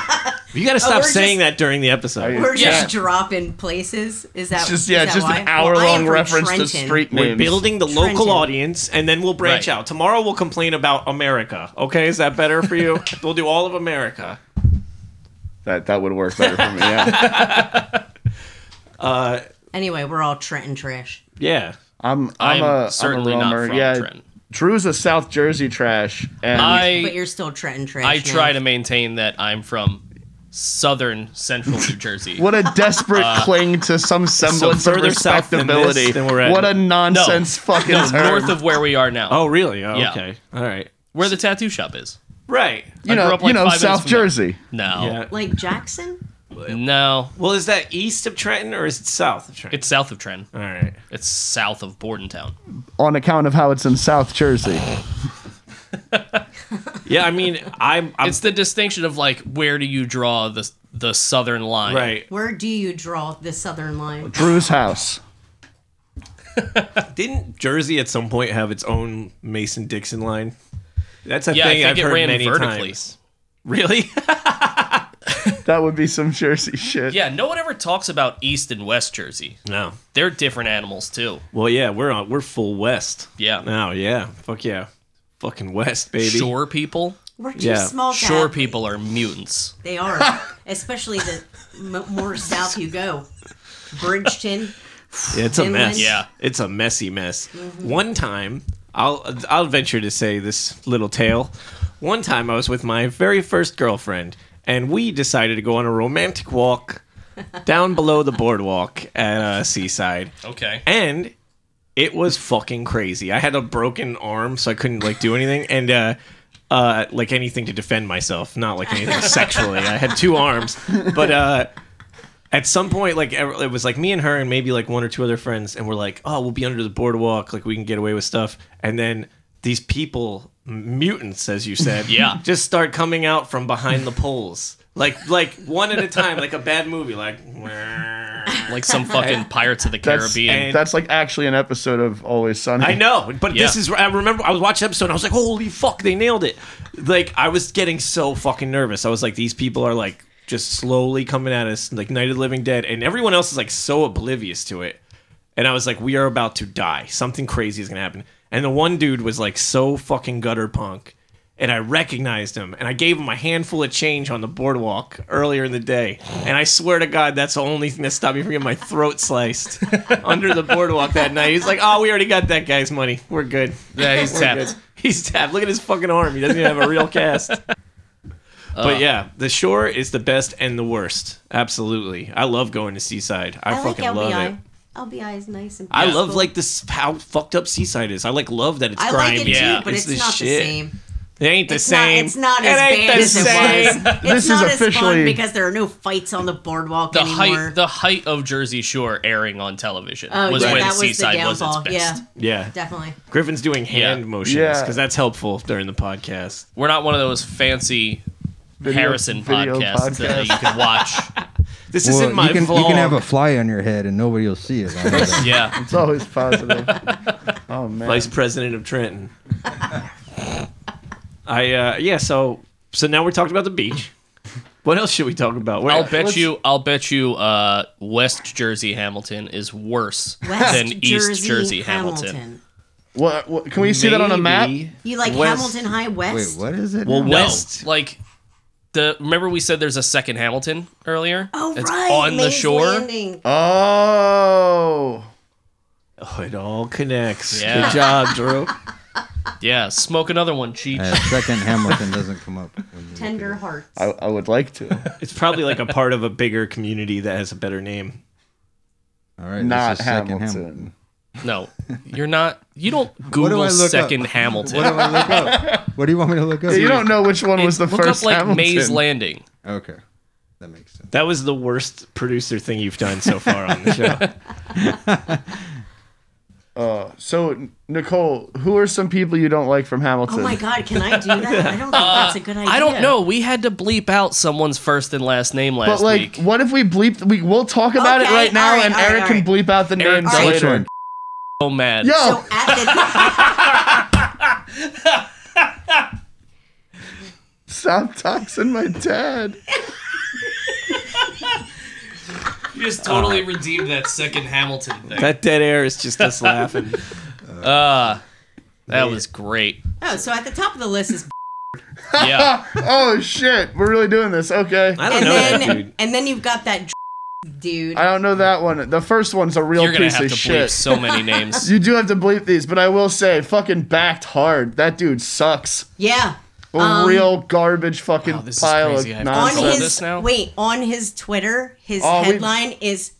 S2: you got to stop
S6: Oh, we're
S2: saying
S6: just-
S2: that during the episode.
S6: We're
S3: Yeah.
S6: just dropping places. Is that
S4: It's just yeah,
S6: is that
S4: just
S6: why?
S4: an hour
S6: Well, I
S4: long
S6: am from
S4: reference to
S6: Trenton.
S4: street names.
S2: We're building the local
S6: Trenton.
S2: audience, and then we'll branch
S3: Right.
S2: out. Tomorrow we'll complain about America. Okay, is that better for you? we'll do all of America.
S4: that that would work better for me. Yeah,
S6: Anyway, we're all Trenton trash.
S2: Yeah.
S4: I'm
S3: I'm
S4: I'm, a I'm a
S3: certainly not
S4: roamer.
S3: from
S4: yeah,
S3: Trenton.
S4: Drew's a South Jersey trash, and
S6: But
S3: I
S6: you're still Trenton trash.
S3: I
S6: now.
S3: try to maintain that I'm from southern central New Jersey.
S4: What a desperate
S3: uh,
S4: cling to some semblance of
S2: further south than this,
S4: respectability.
S2: then we're at-
S4: what a nonsense fucking
S3: no,
S4: term.
S3: north of where we are now.
S2: Oh, really? Oh,
S3: Yeah.
S2: Okay. All right.
S3: Where the tattoo shop is.
S2: Right.
S4: you
S3: I
S4: know,
S3: grew up
S4: you
S3: like
S4: know,
S3: five minutes
S4: South
S3: from there.
S4: Jersey.
S3: No.
S2: Yeah.
S6: Like Jackson?
S3: No.
S2: Well, is that east of Trenton or is it south of Trenton?
S3: It's south of Trenton.
S2: all right.
S3: It's south of Bordentown.
S4: On account of how it's in South Jersey,
S2: Yeah, I mean, I'm, I'm
S3: It's the distinction of like where do you draw the the southern line?
S2: right.
S6: Where do you draw the southern line?
S4: Drew's house.
S2: Didn't Jersey at some point have its own Mason Dixon line? That's a
S3: Yeah, I
S2: thing
S3: think
S2: I've
S3: it
S2: heard
S3: ran
S2: many
S3: vertically.
S2: times. Really?
S4: That would be some Jersey shit.
S3: Yeah, no one ever talks about East and West Jersey.
S2: no.
S3: They're different animals too.
S2: Well, yeah, we're on, we're full west.
S3: Yeah.
S2: Now, yeah. Fuck yeah. Fucking west, baby.
S3: Shore people.
S6: We're too
S2: Yeah.
S6: small. to
S3: Shore
S6: have-
S3: people are mutants.
S6: They are, especially the m- more south you go. Bridgeton.
S2: Yeah, it's a
S6: Inland.
S2: mess.
S3: Yeah.
S2: it's a messy mess. One time, I'll I'll venture to say this little tale. One time, I was with my very first girlfriend, and we decided to go on a romantic walk down below the boardwalk at uh, Seaside.
S3: Okay.
S2: And it was fucking crazy. I had a broken arm, so I couldn't like do anything, and uh, uh, like anything to defend myself, not like anything sexually. I had two arms, but uh, at some point, like ev- it was like me and her, and maybe like one or two other friends, and we're like, oh, we'll be under the boardwalk, like we can get away with stuff, and then these people, m- mutants, as you said,
S3: Yeah.
S2: just start coming out from behind the poles. Like, like one at a time, like a bad movie, like,
S3: Like some fucking Pirates of the
S4: That's-
S3: Caribbean.
S2: And-
S4: That's like actually an episode of Always Sunny.
S2: I know, but this
S3: Yeah.
S2: is. I remember I was watching the episode. and I was like, "Holy fuck, they nailed it!" Like I was getting so fucking nervous. I was like, "These people are like just slowly coming at us, like Night of the Living Dead," and everyone else is like so oblivious to it. And I was like, we are about to die. Something crazy is going to happen. And the one dude was like so fucking gutter punk. And I recognized him. And I gave him a handful of change on the boardwalk earlier in the day. And I swear to God, that's the only thing that stopped me from getting my throat sliced under the boardwalk that night. He's like, oh, we already got that guy's money. We're good.
S3: Yeah, he's
S2: We're
S3: tapped.
S2: good. He's tapped. Look at his fucking arm. He doesn't even have a real cast. but yeah, the shore is the best and the worst. Absolutely. I love going to Seaside. I,
S6: I like
S2: fucking
S6: LBI.
S2: love it.
S6: LBI is nice and
S2: I
S6: peaceful.
S2: love like this how fucked up Seaside is. I like love that it's
S6: I
S2: grimy.
S6: like it
S3: yeah,
S6: too, but
S2: it's
S6: it's,
S2: the
S6: not
S2: shit.
S6: the same.
S2: It ain't the
S6: It's
S2: same.
S6: not. It's not
S2: It
S6: as
S2: ain't
S6: bad
S2: the
S6: as
S2: same.
S6: it was. It's
S4: This is
S6: not as
S4: officially-
S6: fun because there are no fights on the boardwalk
S3: The
S6: anymore.
S3: height, the height of Jersey Shore airing on television
S6: oh,
S3: was
S6: yeah,
S3: when
S6: that was the
S3: Seaside was its
S6: downfall.
S3: best.
S6: yeah,
S2: Yeah.
S6: definitely.
S2: Griffin's doing hand
S3: Yeah.
S2: motions
S4: Yeah.
S2: because that's helpful during the podcast.
S3: We're not one of those fancy
S4: Video-
S3: Harrison
S4: video
S3: podcasts that you can watch.
S2: This
S5: Well,
S2: isn't my
S5: you can
S2: vlog.
S5: you can have a fly on your head and nobody will see it. I know that.
S3: yeah,
S4: It's always positive. oh man.
S2: vice president of Trenton. I uh yeah, so so now we're talking about the beach. What else should we talk about? Where-
S3: I'll bet
S2: let's-
S3: you. I'll bet you. Uh, West Jersey Hamilton is worse
S6: West
S3: than
S6: Jersey,
S3: East Jersey Hamilton.
S6: Hamilton.
S4: What, what- can we see that on a map?
S2: Maybe-
S6: You like
S2: West-
S6: Hamilton High
S5: Wait,
S6: West?
S5: what is it?
S2: Well,
S5: now?
S3: No,
S2: West.
S3: like the remember we said there's a second Hamilton earlier.
S6: Oh
S3: It's
S6: right,
S3: on the
S6: Mays
S3: shore.
S6: Landing.
S4: Oh.
S2: Oh, it all connects.
S3: Yeah.
S2: Good job, Drew.
S3: Yeah, smoke another one, cheat.
S5: Uh, second Hamilton doesn't come up. when you-
S6: Tender hearts.
S4: I, I would like to.
S2: It's probably like a part of a bigger community that has a better name.
S5: All right, this
S4: Not
S5: is second
S4: Hamilton.
S3: No, you're not. You don't Google
S5: I look up?
S3: second Hamilton.
S5: What do I look up? What do you want me to look up?
S4: You don't know which one was the
S3: look
S4: first
S3: up like
S4: Hamilton.
S3: Maze Landing.
S5: Okay, that makes sense.
S2: That was the worst producer thing you've done so far on the show.
S4: So Nicole, who are some people you don't like from Hamilton?
S6: Oh my God, can I do that? I don't think that's a good idea.
S3: Uh, I don't know. We had to bleep out someone's first and last name
S4: But
S3: last
S4: like,
S3: week.
S4: what if we bleep? We we'll talk about it
S6: Okay,
S4: right now,
S6: alright,
S4: and
S6: alright,
S4: Eric can
S6: alright.
S4: bleep out the
S3: Eric,
S4: names
S3: don't-
S5: Which
S4: later.
S5: one?
S3: So mad.
S4: Yo,
S6: So at
S4: stop toxing my dad.
S3: You just totally redeemed that second Hamilton thing. That,
S2: that dead air is just us laughing.
S3: was great.
S6: the oh, so at the top of the list is,
S3: Yeah.
S4: Oh shit, we're really doing this. Okay,
S2: I don't
S6: and
S2: know that
S6: then
S2: dude.
S6: and then you've got that dude.
S4: I don't know that one. The first one's a real
S3: You're going
S4: piece
S3: to have
S4: of
S3: to bleep
S4: shit.
S3: so many names.
S4: You do have to bleep these, but I will say, fucking backed hard. That dude sucks.
S6: Yeah.
S4: A real garbage fucking
S3: Oh, this is
S4: pile of
S3: crazy. I have to
S6: Um, on
S3: Console
S4: nonsense.
S6: his
S3: this now?
S6: wait on his Twitter, his
S4: Oh, we-
S6: headline is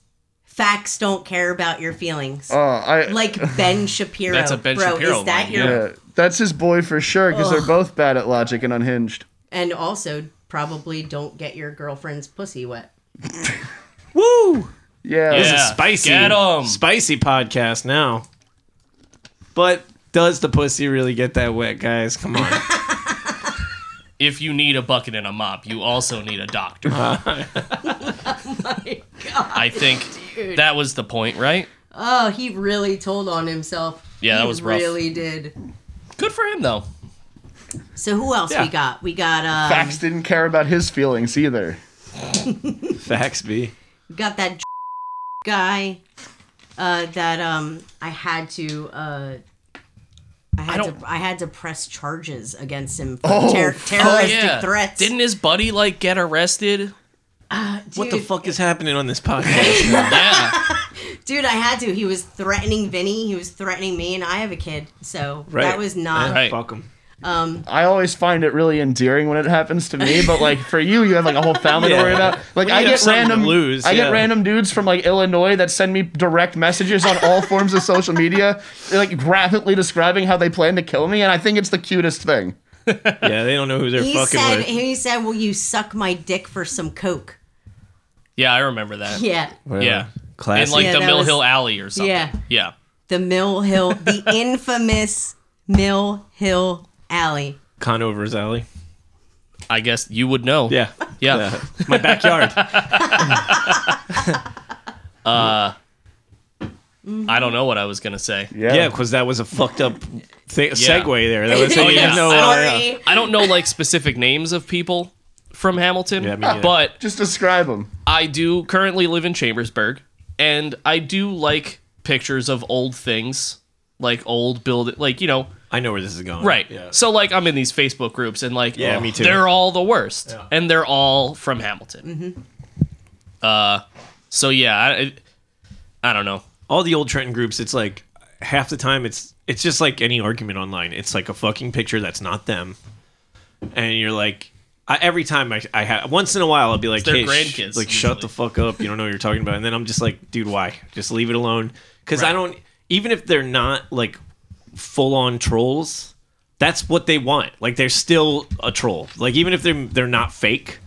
S6: "Facts don't care about your feelings."
S4: Oh, I
S6: like Ben Shapiro.
S3: That's a Ben
S6: bro,
S3: Shapiro
S6: Is that
S3: line,
S6: your?
S3: yeah.
S4: yeah, that's his boy for sure. Because they're both bad at logic and unhinged.
S6: And also, probably don't get your girlfriend's pussy wet.
S2: Woo!
S4: Yeah.
S2: This is
S3: Yeah,
S2: spicy.
S3: get 'em.
S2: Spicy podcast now. But does the pussy really get that wet, guys? Come on.
S3: if you need a bucket and a mop, you also need a doctor.
S4: Uh-huh.
S3: I think that was the point, right?
S6: Oh, he really told on himself.
S3: Yeah, that
S6: He
S3: was rough.
S6: really did.
S3: Good for him, though.
S6: So who else
S2: Yeah.
S6: we got? We got uh,
S4: Fax didn't care about his feelings either.
S2: Facts be.
S6: we got that guy uh, that um I had to uh. I had,
S3: don't- Oh,
S6: to, I had to press charges against him for ter- terroristic threats.
S3: Didn't his buddy like get arrested?
S2: What the
S6: Dude.
S2: fuck is happening on this podcast?
S3: Yeah.
S6: Dude, I had to. He was threatening Vinny. He was threatening me, and I have a kid, so that was not.
S3: Right.
S2: Fuck 'em.
S4: I always find it really endearing when it happens to me, but like for you, you have like a whole family
S2: Yeah.
S4: to worry about. Like
S2: you
S4: I
S2: have
S4: get
S2: something to
S4: random,
S2: lose,
S4: I
S2: yeah.
S4: get random dudes from like Illinois that send me direct messages on all forms of social media, like graphically describing how they plan to kill me, and I think it's the cutest thing.
S2: Yeah, they don't know who they're
S6: He
S2: fucking
S6: said,
S2: with.
S6: "He said, will you suck my dick for some coke?"
S3: Yeah, I remember that.
S6: Yeah,
S3: Yeah.
S2: Classic.
S3: In like
S6: Yeah,
S3: the
S6: that
S3: Mill
S6: was-
S3: Hill Alley or something.
S6: Yeah.
S3: Yeah.
S6: the Mill Hill, the infamous Mill Hill alley.
S2: Conover's alley.
S3: I guess you would know.
S2: Yeah.
S3: Yeah.
S2: My backyard.
S3: I don't know what I was going to say.
S2: yeah, because that was a fucked up th- segue there. That was
S3: Oh, yeah.
S2: No,
S6: Sorry.
S2: uh, yeah.
S3: I don't know like specific names of people from Hamilton,
S2: Yeah, me neither.
S3: but
S4: Just describe them.
S3: I do currently live in Chambersburg, and I do like pictures of old things, like old build, like you know,
S2: I know where this is going.
S3: right.
S2: Oh, Yeah.
S3: So like I'm in these Facebook groups and like
S2: Yeah, me too.
S3: They're all the worst, and they're all from Hamilton. Uh,
S6: Mm-hmm.
S3: so yeah, I, I don't know.
S2: all the old Trenton groups, it's like half the time it's it's just like any argument online. It's like a fucking picture that's not them, and you're like, I, every time I I have once in a while I'll be like,
S3: their
S2: hey, sh-
S3: grandkids,
S2: like shut
S3: usually.
S2: the fuck up, you don't know what you're talking about, and then I'm just like, dude, why? Just leave it alone, because I
S3: Right.
S2: don't even if they're not like full on trolls. That's what they want. Like they're still a troll. Like even if they're they're not fake,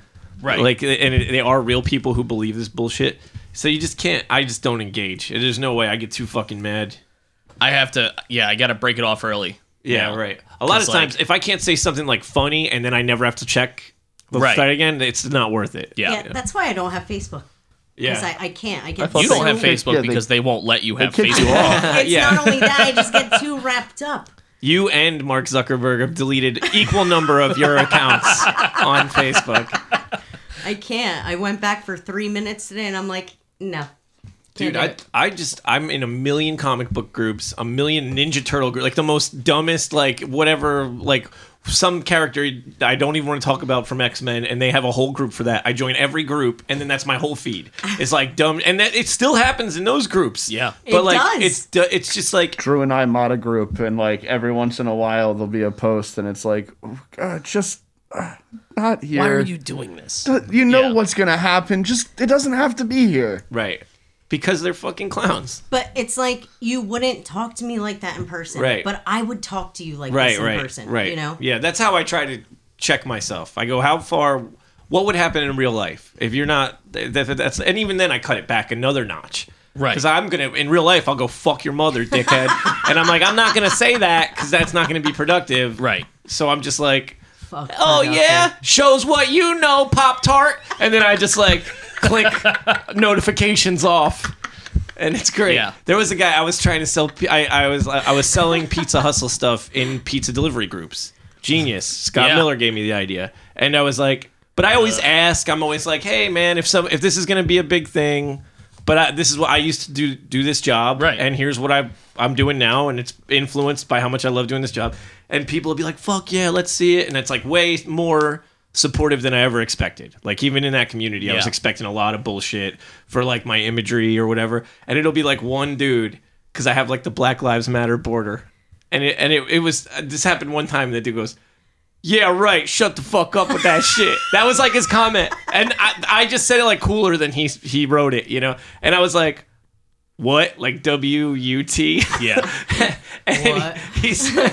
S3: Right.
S2: like, and it, they are real people who believe this bullshit. So you just can't. I just don't engage. There's no way. I get too fucking mad.
S3: I have to. Yeah, I got to break it off early.
S2: Yeah,
S3: now.
S2: right. A lot of
S3: 'Cause, like-
S2: times, if I can't say something like funny and then I never have to check the
S3: Right.
S2: site again, it's not worth it.
S3: Yeah.
S6: Yeah, that's why I don't have Facebook.
S2: yeah.
S6: Because I, I can't. I get
S4: thought
S3: You
S6: so-
S3: don't have Facebook
S4: Yeah, they-
S3: because they won't let you have
S4: kick you
S3: Facebook.
S6: It's
S2: Yeah.
S6: not only that, I just get too wrapped up.
S2: you and Mark Zuckerberg have deleted equal number of your accounts on Facebook.
S6: I can't. I went back for three minutes today, and I'm like, no.
S2: Dude,
S6: Can't do
S2: I, I just I'm in a million comic book groups, a million Ninja Turtle group, like the most dumbest, like whatever, like some character I don't even want to talk about from X Men, and they have a whole group for that. I join every group, and then that's my whole feed. It's like dumb, and that it still happens in those groups.
S3: Yeah.
S2: but
S6: It
S2: like
S6: does.
S2: it's du- it's just like
S4: Drew and I mod a group, and like every once in a while there'll be a post, and it's like, oh, God, just uh, not here.
S3: Why are you doing this?
S4: You know
S3: Yeah.
S4: what's gonna happen. Just it doesn't have to be here.
S2: right because they're fucking clowns.
S6: But it's like you wouldn't talk to me like that in person.
S2: Right.
S6: But I would talk to you like
S2: right
S6: this in
S2: right
S6: person.
S2: right
S6: You know?
S2: yeah that's how i try to check myself i go how far what would happen in real life if you're not th- th- that's and even then i cut it back another notch
S3: Right.
S2: because i'm gonna in real life i'll go fuck your mother dickhead and i'm like i'm not gonna say that because that's not gonna be productive
S3: Right.
S2: so i'm just like
S6: Fuck
S2: oh
S6: productive.
S2: yeah shows what you know pop tart and then i just like click notifications off and it's great
S3: Yeah.
S2: there was a guy i was trying to sell i, I was i was selling pizza hustle stuff in pizza delivery groups genius scott
S3: Yeah.
S2: miller gave me the idea and i was like but i always ask i'm always like hey man if some if this is gonna be a big thing but I, this is what i used to do do this job
S3: Right.
S2: and here's what I I'm doing now, and it's influenced by how much I love doing this job. And people will be like, "Fuck yeah, let's see it," and it's like way more supportive than I ever expected. Like even in that community, I was
S3: Yeah.
S2: expecting a lot of bullshit for like my imagery or whatever, and it'll be like one dude because I have like the Black Lives Matter border, and it and it, it was this happened one time. And the dude goes. Yeah, right. Shut the fuck up with that shit. That was like his comment, and I, I just said it like cooler than he he wrote it, you know. And I was like, "What? Like W U T?"
S3: Yeah.
S2: And
S6: What?
S2: He, he, said,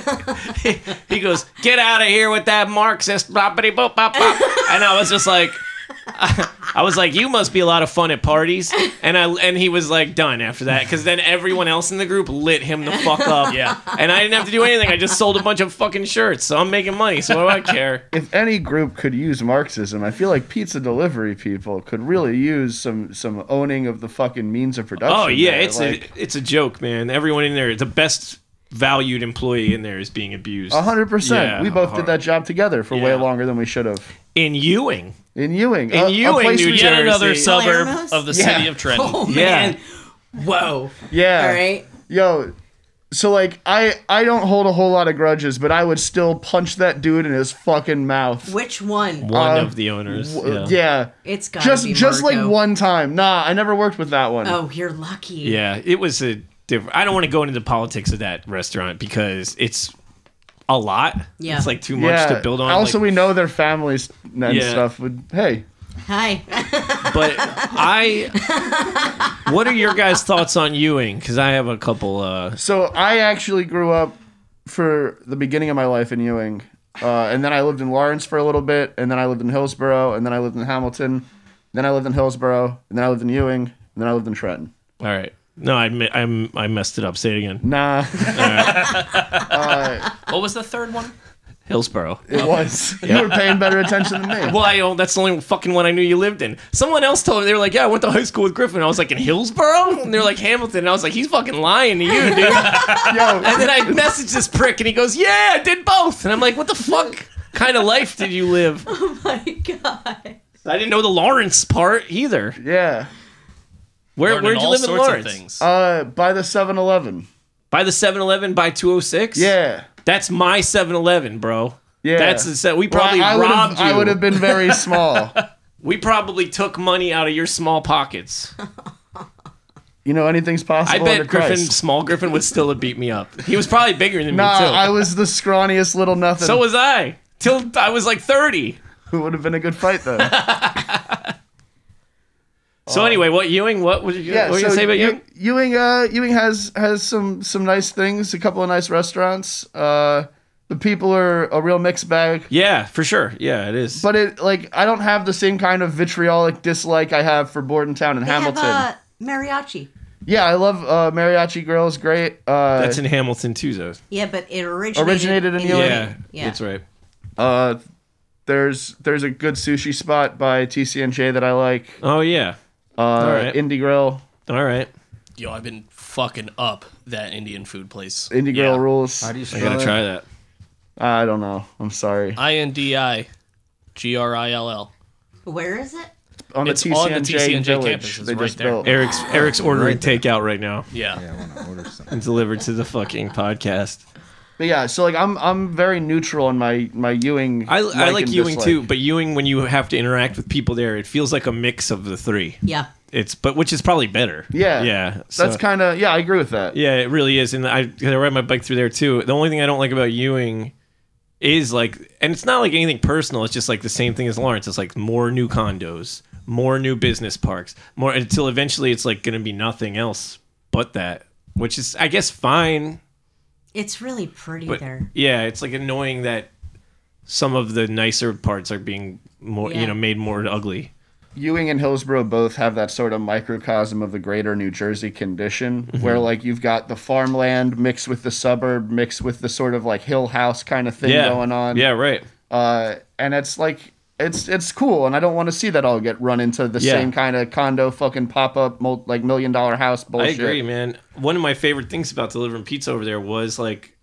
S2: he, he goes, "Get out of here with that Marxist boppity boop bop bop," and I was just like. I was like, "You must be a lot of fun at parties," and I and he was like, "Done after that," because then everyone else in the group lit him the fuck up.
S3: Yeah.
S2: and I didn't have to do anything. I just sold a bunch of fucking shirts, so I'm making money. So what do I care?
S4: If any group could use Marxism, I feel like pizza delivery people could really use some some owning of the fucking means of production.
S2: Oh yeah,
S4: there.
S2: it's
S4: like,
S2: a it's a joke, man. Everyone in there, the best valued employee in there is being abused.
S4: hundred percent.
S2: Yeah,
S4: We both did
S2: hard.
S4: that job together for way
S2: Yeah.
S4: longer than we should have.
S2: in Ewing.
S4: In Ewing, a, a
S2: Ewing,
S4: place
S2: New
S4: we-
S3: Yet
S2: Jersey.
S3: another suburb
S6: Palermo's?
S3: of the
S4: Yeah.
S3: city of Trenton.
S6: Oh
S2: Yeah.
S6: man. Whoa.
S4: yeah.
S6: All right.
S4: Yo, so like I I don't hold a whole lot of grudges, but I would still punch that dude in his fucking mouth.
S6: Which one?
S2: One
S4: Uh,
S2: of the owners.
S4: W-
S2: yeah.
S4: yeah.
S6: It's got
S4: Just
S6: be
S4: just like
S6: Marco.
S4: one time. Nah, I never worked with that one.
S6: Oh, you're lucky.
S2: Yeah, it was a different. I don't want to go into the politics of that restaurant because it's a lot.
S6: Yeah.
S2: it's like too much to build on.
S4: Also,
S2: like-
S4: we know their families and
S2: Yeah.
S4: stuff. Would hey,
S6: Hi. Oh,
S2: but I. What are your guys' thoughts on Ewing? Because I have a couple. Uh,
S4: so I actually grew up for the beginning of my life in Ewing, uh, and then I lived in Lawrence for a little bit, and then I lived in Hillsborough, and then I lived in Hamilton, then I lived in Hillsborough, and then I lived in Ewing, and then I lived in Trenton.
S2: all right. No, I mi- I'm, I messed it up. Say it again.
S4: Nah,
S3: What was the third one?
S2: Hillsboro.
S4: it was. You were paying better attention than me.
S2: Well, I don't. That's the only fucking one I knew you lived in. Someone else told me they were like, "Yeah, I went to high school with Griffin." I was like, "In Hillsboro?" And they're like, "Hamilton." And I was like, "He's fucking lying to you, dude."
S4: Yo,
S2: And then I messaged this prick, and he goes, "Yeah, I did both." And I'm like, "What the fuck kind of life did you live?"
S6: oh my god.
S2: I didn't know the Lawrence part either.
S4: yeah.
S2: Where
S3: Learning
S2: where'd you
S3: all
S2: live in
S3: sorts of
S2: Lawrence?
S3: things.
S4: Uh, by the 7-Eleven.
S2: By the 7-Eleven by 206?
S4: Yeah.
S2: That's my 7-Eleven, bro.
S4: Yeah.
S2: That's the se- we
S4: Well,
S2: probably
S4: I, I would've-
S2: robbed you.
S4: I would have been very small.
S2: We probably took money out of your small pockets.
S4: you know, anything's
S2: I
S4: possible.
S2: bet
S4: under
S2: Griffin,
S4: Christ.
S2: small Griffin, would still have beat me up. He was probably bigger than
S4: Nah,
S2: me too.
S4: Uh, I was the scrawniest little nothing.
S2: so was I till I was like 30.
S4: it would have been a good fight though. Oh.
S2: So anyway, what Ewing? What was you, what were you gonna say about Ewing?
S4: Ew- Ewing, uh, Ewing has has some some nice things, a couple of nice restaurants. Uh, the people are a real mixed bag,
S2: Yeah, for sure. Yeah, it is.
S4: but it like I don't have the same kind of vitriolic dislike I have for Bordentown and
S6: They
S4: Hamilton.
S6: Have, uh, mariachi.
S4: yeah, I love uh, mariachi girls, great. Uh,
S2: That's in Hamilton too, though.
S6: Yeah, but it originated,
S4: Originated in New York.
S2: Yeah,
S6: Yeah.
S2: that's right.
S4: uh, there's there's a good sushi spot by TCNJ that I like.
S2: Oh yeah.
S4: Uh,
S2: right.
S4: Indie Grill,
S2: All right.
S3: Yo, I've been fucking up that Indian food place.
S4: Indie Grill rules.
S5: How do you
S2: I
S5: spell
S2: gotta
S5: it?
S2: try that.
S4: I don't know. I'm sorry.
S3: I N D I G R I L L.
S6: Where is it?
S4: On the
S3: It's on the
S4: TCNJ
S3: TCNJ
S4: village,
S3: campus, it's
S4: they
S3: right
S4: just
S3: there.
S4: built.
S2: Eric's Eric's ordering takeout right now.
S3: Yeah.
S5: Yeah, I want to order something.
S2: Delivered to the fucking podcast.
S4: But yeah, so like I'm I'm very neutral on my my Ewing.
S2: I, I like
S4: and
S2: Ewing
S4: dislike.
S2: too, but Ewing when you have to interact with people there, it feels like a mix of the three.
S6: Yeah.
S2: It's but which is probably better.
S4: Yeah.
S2: yeah. so-
S4: That's kind of yeah, I agree with that.
S2: Yeah, it really is. And I, 'cause I ride my bike through there too. The only thing I don't like about Ewing is like, and it's not like anything personal. It's just like the same thing as Lawrence. It's like more new condos, more new business parks, more until eventually it's like going to be nothing else but that, which is, I guess, fine.
S6: It's really pretty
S2: But
S6: there.
S2: yeah, it's like annoying that some of the nicer parts are being more,
S6: Yeah.
S2: you know, made more ugly.
S4: Ewing and Hillsborough both have that sort of microcosm of the greater New Jersey condition,
S2: Mm-hmm.
S4: where like you've got the farmland mixed with the suburb, mixed with the sort of like hill house kind of thing
S2: Yeah.
S4: going on.
S2: Yeah, right.
S4: Uh, and it's like it's it's cool, and I don't want to see that all get run into the
S2: Yeah.
S4: same kind of condo fucking pop up mul- like million dollar house bullshit.
S2: I agree, man. One of my favorite things about delivering pizza over there was like,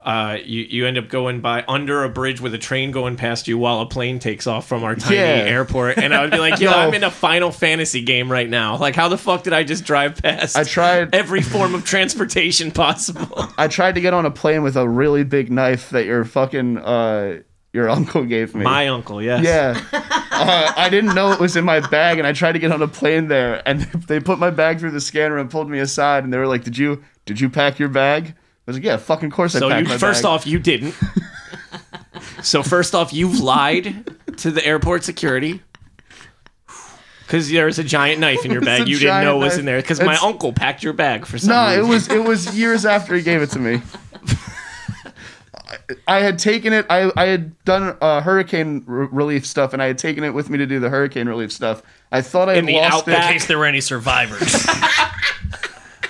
S2: uh, you you end up going by under a bridge with a train going past you while a plane takes off from our tiny
S4: Yeah.
S2: airport, and I would be like, yo,
S4: Yo.
S2: I'm in a Final Fantasy game right now. Like, how the fuck did I just drive past?
S4: I tried.
S2: every form of transportation possible.
S4: I tried to get on a plane with a really big knife that your fucking uh your uncle gave me.
S2: my uncle, yes.
S4: yeah. Uh, I didn't know it was in my bag, and I tried to get on a plane there, and they put my bag through the scanner and pulled me aside, and they were like, "Did you did you pack your bag?" I was like, "Yeah, fucking course I
S2: So
S4: packed
S2: you
S4: my
S2: first
S4: bag."
S2: off, you didn't. so first off, you've lied to the airport security. Because there was a giant knife in your
S4: was
S2: bag
S4: a
S2: you didn't
S4: giant
S2: know was
S4: knife.
S2: in there. Because my
S4: It's-
S2: uncle packed your bag for some
S4: no,
S2: reason.
S4: it was it was years after he gave it to me. I I had taken it. I, I had done uh, hurricane re- relief stuff, and I had taken it with me to do the hurricane relief stuff. I thought I had
S2: In the
S4: lost
S2: outback.
S3: In
S4: it.
S3: case there were any survivors.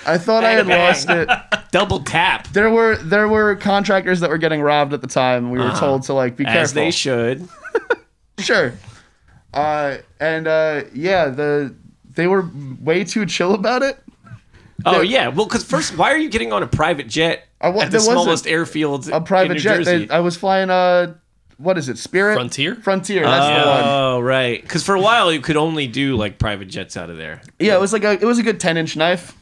S4: I thought I had
S2: Bang, bang.
S4: lost it.
S2: Double tap,
S4: There were there were contractors that were getting robbed at the time. and We were told to like be
S2: Uh-huh. as
S4: careful.
S2: they should.
S4: sure. Uh, and uh, yeah, the they were way too chill about it.
S2: Oh, yeah. Well, because first, why are you getting on a private jet
S4: I wa-
S2: at the
S4: there wasn't
S2: smallest airfield
S4: A
S2: in
S4: private
S2: New
S4: jet.
S2: Jersey?
S4: They, I was flying. Uh, what is it? Spirit
S3: Frontier?
S4: Frontier. That's the one.
S2: oh, right. Because for a while, you could only do like private jets out of there.
S4: Yeah, it was like a it was a good ten inch knife,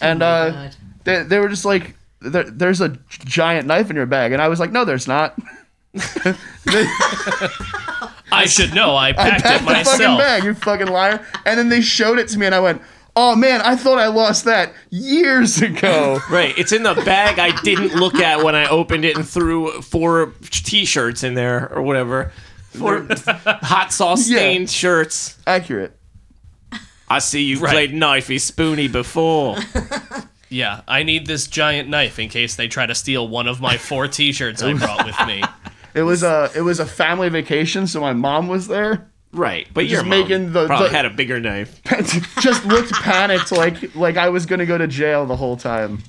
S4: and uh,
S6: God.
S4: they they were just like. There, there's a giant knife in your bag, and I was like, "No, there's not."
S3: I should know. I packed,
S4: Pack
S3: it
S4: the fucking
S3: myself.
S4: bag, you fucking liar! And then they showed it to me, and I went, "Oh man, I thought I lost that years ago."
S2: Right, it's in the bag I didn't look at when I opened it and threw four t-shirts in there or whatever. Four hot sauce stained
S4: Yeah.
S2: shirts.
S4: Accurate.
S2: I see you've played knifey spoony before.
S3: Yeah, I need this giant knife in case they try to steal one of my four T-shirts I brought with me.
S4: It was a it was a family vacation, so my mom was there.
S2: Right, but you're
S4: making the-
S2: probably
S4: the-
S2: had a bigger knife.
S4: Just looked panicked, like like I was gonna go to jail the whole time.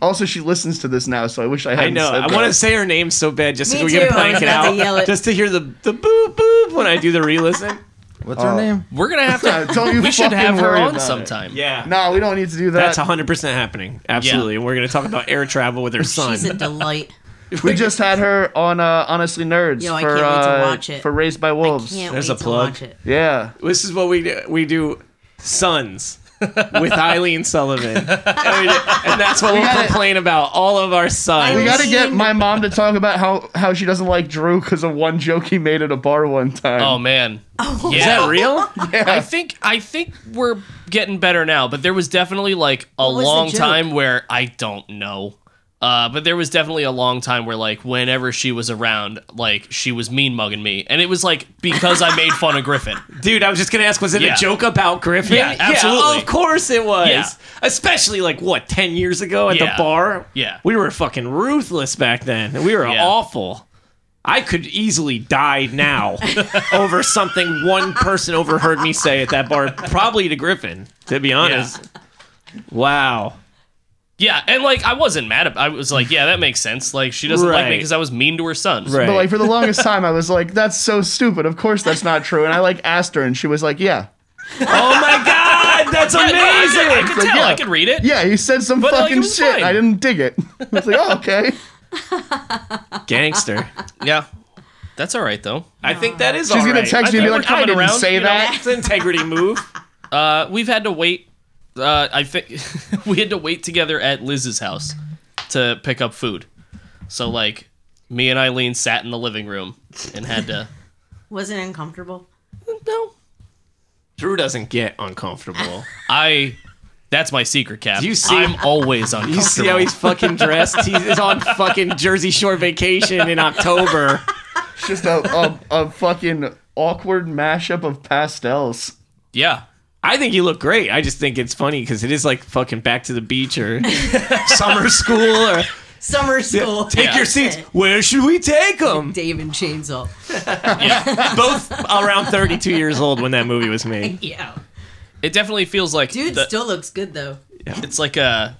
S4: Also, she listens to this now, so I wish I
S2: I
S4: hadn't.
S2: know.
S4: Said
S2: I want to say her name so bad just
S6: Me
S2: so we get
S6: too,
S2: a
S6: I was
S2: blanket
S6: about to
S2: out,
S6: yell it.
S2: just to hear the the boop boop when I do the re-listen.
S5: What's her name?
S3: We're gonna have to.
S4: to. Don't you
S3: we should
S4: fucking
S3: have her
S4: worry
S3: on
S4: about it.
S3: sometime.
S2: Yeah,
S4: No, we don't need to do that.
S2: that's 100 percent happening. Absolutely, and we're gonna talk about air travel with her son.
S6: She's a delight.
S4: we just had her on uh, Honestly Nerds
S6: Yo, I
S4: for
S6: can't wait to
S4: uh,
S6: watch it.
S4: for Raised by Wolves.
S6: Can't
S2: There's
S6: wait
S2: a
S6: to
S2: plug.
S6: watch it.
S4: Yeah,
S2: this is what we do. We do sons. with Eileen Sullivan, and, and that's what we will
S4: gotta-
S2: complain about all of our sons.
S4: We gotta
S6: Seen-
S4: get my mom to talk about how, how she doesn't like Drew because of one joke he made at a bar one time.
S3: Oh man. yeah.
S2: Is that real?
S3: I think I think we're getting better now, but there was definitely like a
S6: was the
S3: long
S6: joke?
S3: time where I don't know. Uh, but there was definitely a long time where like whenever she was around, like she was mean mugging me, and it was like because I made fun of Griffin.
S2: Dude, I was just gonna ask, was it
S3: Yeah.
S2: a joke about Griffin?
S3: Yeah, absolutely.
S2: of course it was.
S3: Yeah.
S2: Especially like what, ten years ago at
S3: Yeah.
S2: the bar?
S3: Yeah.
S2: We were fucking ruthless back then. We were
S3: Yeah.
S2: awful. I could easily die now over something one person overheard me say at that bar, probably to Griffin, to be honest. Wow.
S3: Yeah, and like I wasn't mad. At, I was like, yeah, that makes sense. Like she doesn't like me
S2: Right.
S3: because I was mean to her son.
S2: Right.
S4: But like for the longest time, I was like, "That's so stupid. Of course that's not true." And I like asked her, and she was like, "Yeah,
S2: Oh my god, that's
S3: Yeah, no, I
S2: amazing!
S3: could- I could
S4: Like,
S3: tell.
S4: yeah.
S3: I could read it.
S4: yeah, you said some
S3: But, like, it
S4: fucking
S3: was
S4: shit. and
S3: fine.
S4: I didn't dig it." I was like, "Oh, okay."
S2: Gangster.
S3: yeah. That's all right though.
S2: I think that is
S4: She's
S2: all
S4: gonna
S2: right.
S4: text
S2: I
S4: you and be
S2: think
S4: like,
S2: we're
S4: "I
S2: coming
S4: didn't
S2: around,
S4: say
S2: you know,
S4: that."
S2: It's an integrity move.
S3: Uh, we've had to wait. Uh, I think we had to wait together at Liz's house to pick up food. So like, me and Eileen sat in the living room and had to.
S6: Wasn't uncomfortable.
S3: no,
S2: Drew doesn't get uncomfortable.
S3: I. That's my secret, Cap.
S2: You see-
S3: I'm always uncomfortable.
S2: You see how he's fucking dressed? He's on fucking Jersey Shore vacation in October.
S4: It's just a, a a fucking awkward mashup of pastels.
S3: yeah.
S2: I think you look great. I just think it's funny because it is like fucking back to the beach or summer school or
S6: Summer school.
S2: take
S3: Yeah.
S2: your seats. Where should we take them?
S6: Dave and Chainsaw.
S2: Both around 32 years old when that movie was made.
S6: Yeah.
S3: It definitely feels like
S6: Dude
S3: the-
S6: still looks good though.
S3: it's like a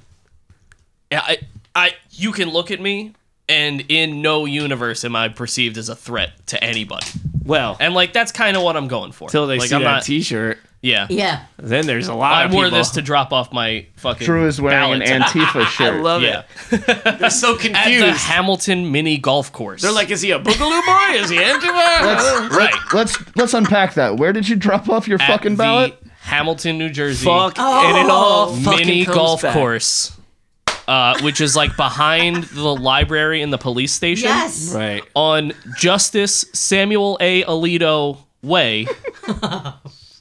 S3: yeah, I, I you can look at me and in no universe am I perceived as a threat to anybody.
S2: Well,
S3: And like that's kind of what I'm going for.
S2: until they
S3: like
S2: see
S3: I'm
S2: that
S3: not
S2: T-shirt,
S3: yeah.
S6: Yeah.
S2: then there's a lot.
S3: I
S2: of
S3: wore
S2: people.
S3: this to drop off my fucking
S4: Drew is wearing
S3: ballot.
S4: an Antifa shirt.
S2: I love
S3: yeah.
S2: it. They're so
S3: At the
S2: confused.
S3: Hamilton mini golf course.
S2: They're like, is he a boogaloo boy? Is he Antifa?
S3: right.
S4: let's let's unpack that. Where did you drop off your
S3: At
S4: fucking
S3: the
S4: ballot?
S3: Hamilton, New Jersey.
S2: Fuck, and it all fucking
S3: mini
S2: comes
S3: golf
S2: back.
S3: course. Uh, which is like behind the library and the police station.
S6: Yes.
S2: Right.
S3: on Justice Samuel A. Alito Way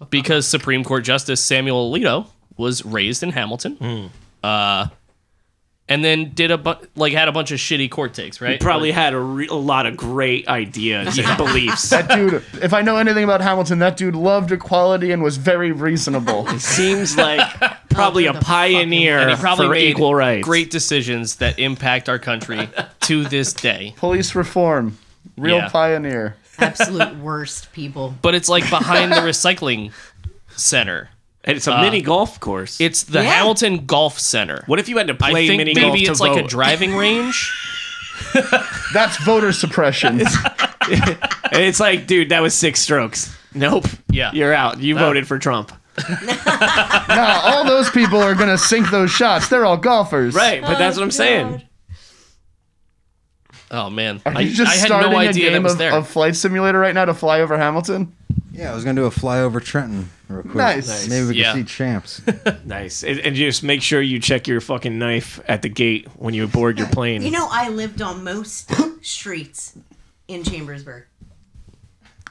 S3: because Supreme Court Justice Samuel Alito was raised in Hamilton.
S2: Hmm.
S3: Uh, and then did a bu- like had a bunch of shitty court takes, right?
S2: Probably had a, re- a lot of great ideas and beliefs.
S4: That dude. If I know anything about Hamilton, that dude loved equality and was very reasonable.
S2: Seems like probably a
S6: the fucking-
S2: pioneer
S3: and he probably
S2: for
S3: made
S2: equal rights.
S3: great decisions that impact our country to this day.
S4: Police reform, real
S3: Yeah.
S4: pioneer.
S6: Absolute worst people.
S3: But it's like behind the recycling center.
S2: And it's a mini golf course.
S3: It's the
S6: Yeah.
S3: Hamilton Golf Center.
S2: what if you had to
S3: I
S2: play
S3: think
S2: mini golf
S3: maybe
S2: to
S3: it's like a
S2: vote?
S3: driving range.
S4: That's voter suppression.
S2: And it's like, dude, that was six strokes. Nope.
S3: Yeah.
S2: You're out. You voted for Trump.
S4: Nah, all those people are gonna sink those shots. They're all golfers.
S2: Right, but that's what I'm saying.
S6: God.
S3: Oh man,
S4: Are
S3: I,
S4: you just
S3: I had
S4: starting
S3: no
S4: a
S3: idea that
S4: game
S3: was
S4: of,
S3: there.
S4: of flight simulator right now to fly over Hamilton?
S5: Yeah, I was gonna do a flyover Trenton real quick.
S4: Nice. Nice.
S5: Maybe we
S3: Yeah.
S5: can see champs.
S2: Nice. And, and just make sure you check your fucking knife at the gate when you board your plane.
S6: You know, I lived on most streets in Chambersburg.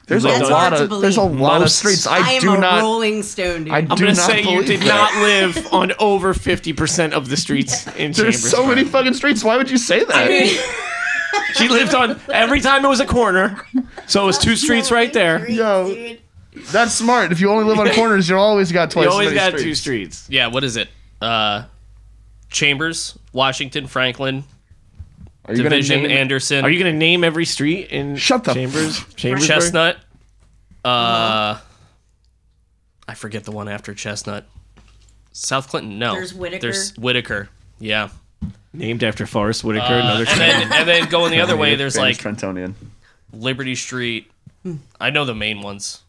S4: There's
S2: That's
S4: a lot
S6: hard to
S4: of there's a
S6: believe.
S4: lot of
S2: Most-
S4: streets.
S6: I,
S4: I,
S6: am
S4: do
S6: a
S4: not.
S6: rolling stone, dude.
S4: I do
S2: I'm gonna
S4: not
S2: say you
S4: believe
S2: did
S4: that.
S2: not live on over 50% of the streets in
S4: There's
S2: Chambers.
S4: so many fucking streets. Why would you say that?
S2: She lived on every time it was a corner. So it was two streets right there. You
S4: Yo.
S6: Dude.
S4: That's smart. If you only live on corners, you always got twice.
S2: always
S4: as
S2: got
S4: many
S2: two
S4: streets.
S2: streets.
S3: yeah, what is it? Uh, Chambers, Washington, Franklin,
S4: Are you gonna
S3: Division,
S4: name it?
S3: Anderson,
S2: Are you gonna name every street in
S4: Shut the
S2: Chambers? Chambers
S3: Chestnut. Uh, I forget the one after Chestnut. South Clinton, no.
S6: There's Whitaker.
S3: There's Whitaker. Yeah.
S2: named after Forrest Whitaker. another
S3: And
S2: Chambers.
S3: then, and then going the other way, there's
S4: Famous
S3: like
S4: Trentonian.
S3: Liberty Street. I know the main ones.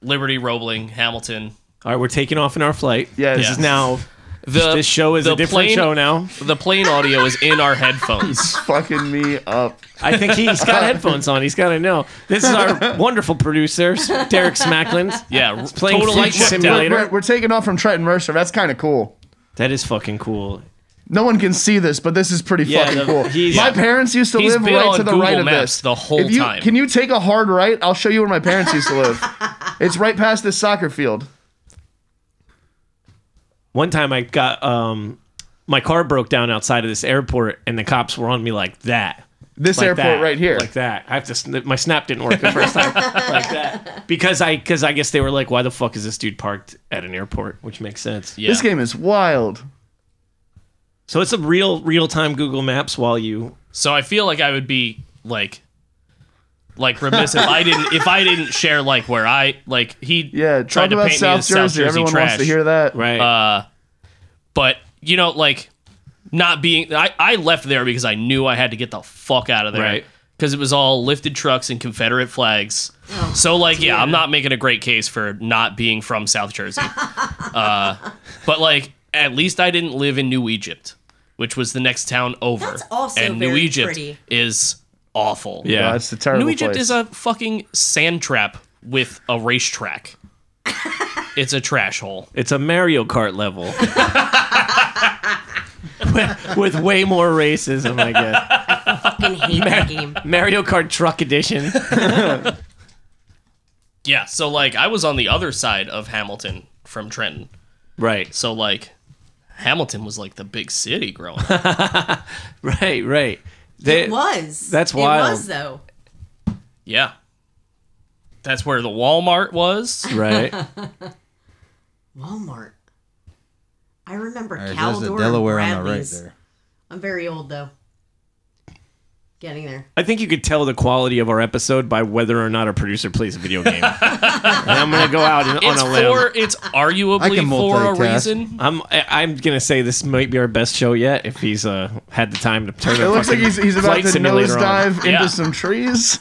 S3: Liberty, Roebling, Hamilton.
S2: All right, we're taking off in our flight.
S4: Yeah,
S2: this
S4: yeah.
S2: is now
S3: The,
S2: This show is
S3: the
S2: a different
S3: plane-
S2: show now.
S3: The plane audio is in our headphones.
S4: Fucking me up.
S2: I think he's got headphones on. He's got to know. This is our wonderful producer, Derek Smackland.
S3: Yeah,
S2: playing
S3: total
S2: Flight
S3: shutdown.
S2: Simulator.
S4: We're, we're taking off from Trenton Mercer. That's kind of cool.
S2: That is fucking cool.
S4: No one can see this, but this is pretty
S2: Yeah,
S4: fucking
S2: the-
S4: cool.
S2: he's-
S4: my
S2: yeah.
S4: parents used to
S3: He's
S4: live
S3: been
S4: right
S3: on
S4: to the
S3: Google
S4: right of
S3: Maps
S4: this
S3: the whole
S4: If you-
S3: time.
S4: Can you take a hard right? I'll show you where my parents used to live. It's right past this soccer field.
S2: One time I got um my car broke down outside of this airport and the cops were on me like that.
S4: This
S2: Like
S4: airport
S2: that,
S4: right here.
S2: Like that. I have to sn- my snap didn't work the first time. like that. Because I cuz I guess they were like why the fuck is this dude parked at an airport, which makes sense.
S3: Yeah.
S4: This game is wild.
S2: So it's a real real-time Google Maps while you
S3: So I feel like I would be like like remiss if I didn't if I didn't share like where I like he
S4: Yeah,
S3: tried
S4: talk
S3: to
S4: about
S3: paint me
S4: South
S3: as
S4: Jersey.
S3: South Jersey
S4: Everyone
S3: trash.
S4: wants to hear that.
S2: right
S3: Uh but you know like not being I I left there because I knew I had to get the fuck out of there.
S2: Right.
S3: Cuz it was all lifted trucks and Confederate flags.
S6: Oh,
S3: So like yeah, I'm not making a great case for not being from South Jersey. uh but like at least I didn't live in New Egypt, which was the next town over.
S6: That's also
S3: and New
S6: very
S3: Egypt
S6: pretty.
S3: is awful.
S4: Yeah,
S2: yeah.
S4: it's a terrible
S3: New Egypt
S4: place.
S3: is a fucking sand trap with a racetrack. it's a trash hole.
S2: it's a Mario Kart level. With- with way more racism, I guess.
S6: fucking hate that game.
S2: Mario Kart Truck Edition.
S3: Yeah, so like I was on the other side of Hamilton from Trenton.
S2: right.
S3: So like Hamilton was like the big city growing up.
S2: Right, right. They,
S6: It was.
S2: that's
S6: It
S2: wild.
S6: was though.
S3: yeah. That's where the Walmart was.
S2: Right.
S6: Walmart. I remember
S5: All right,
S6: Caldor
S5: there's the Delaware
S6: and
S5: on the right
S6: Bradley's.
S5: there.
S6: I'm very old though. Getting there.
S2: I think you could tell the quality of our episode by whether or not our producer plays a video game. and I'm gonna go out and,
S3: It's
S2: on a limb.
S3: for it's arguably for a
S5: multitask.
S3: reason.
S2: I'm I- I'm gonna say this might be our best show yet if he's uh had the time to turn.
S4: It looks like he's, he's about to nosedive into
S3: Yeah.
S4: some trees.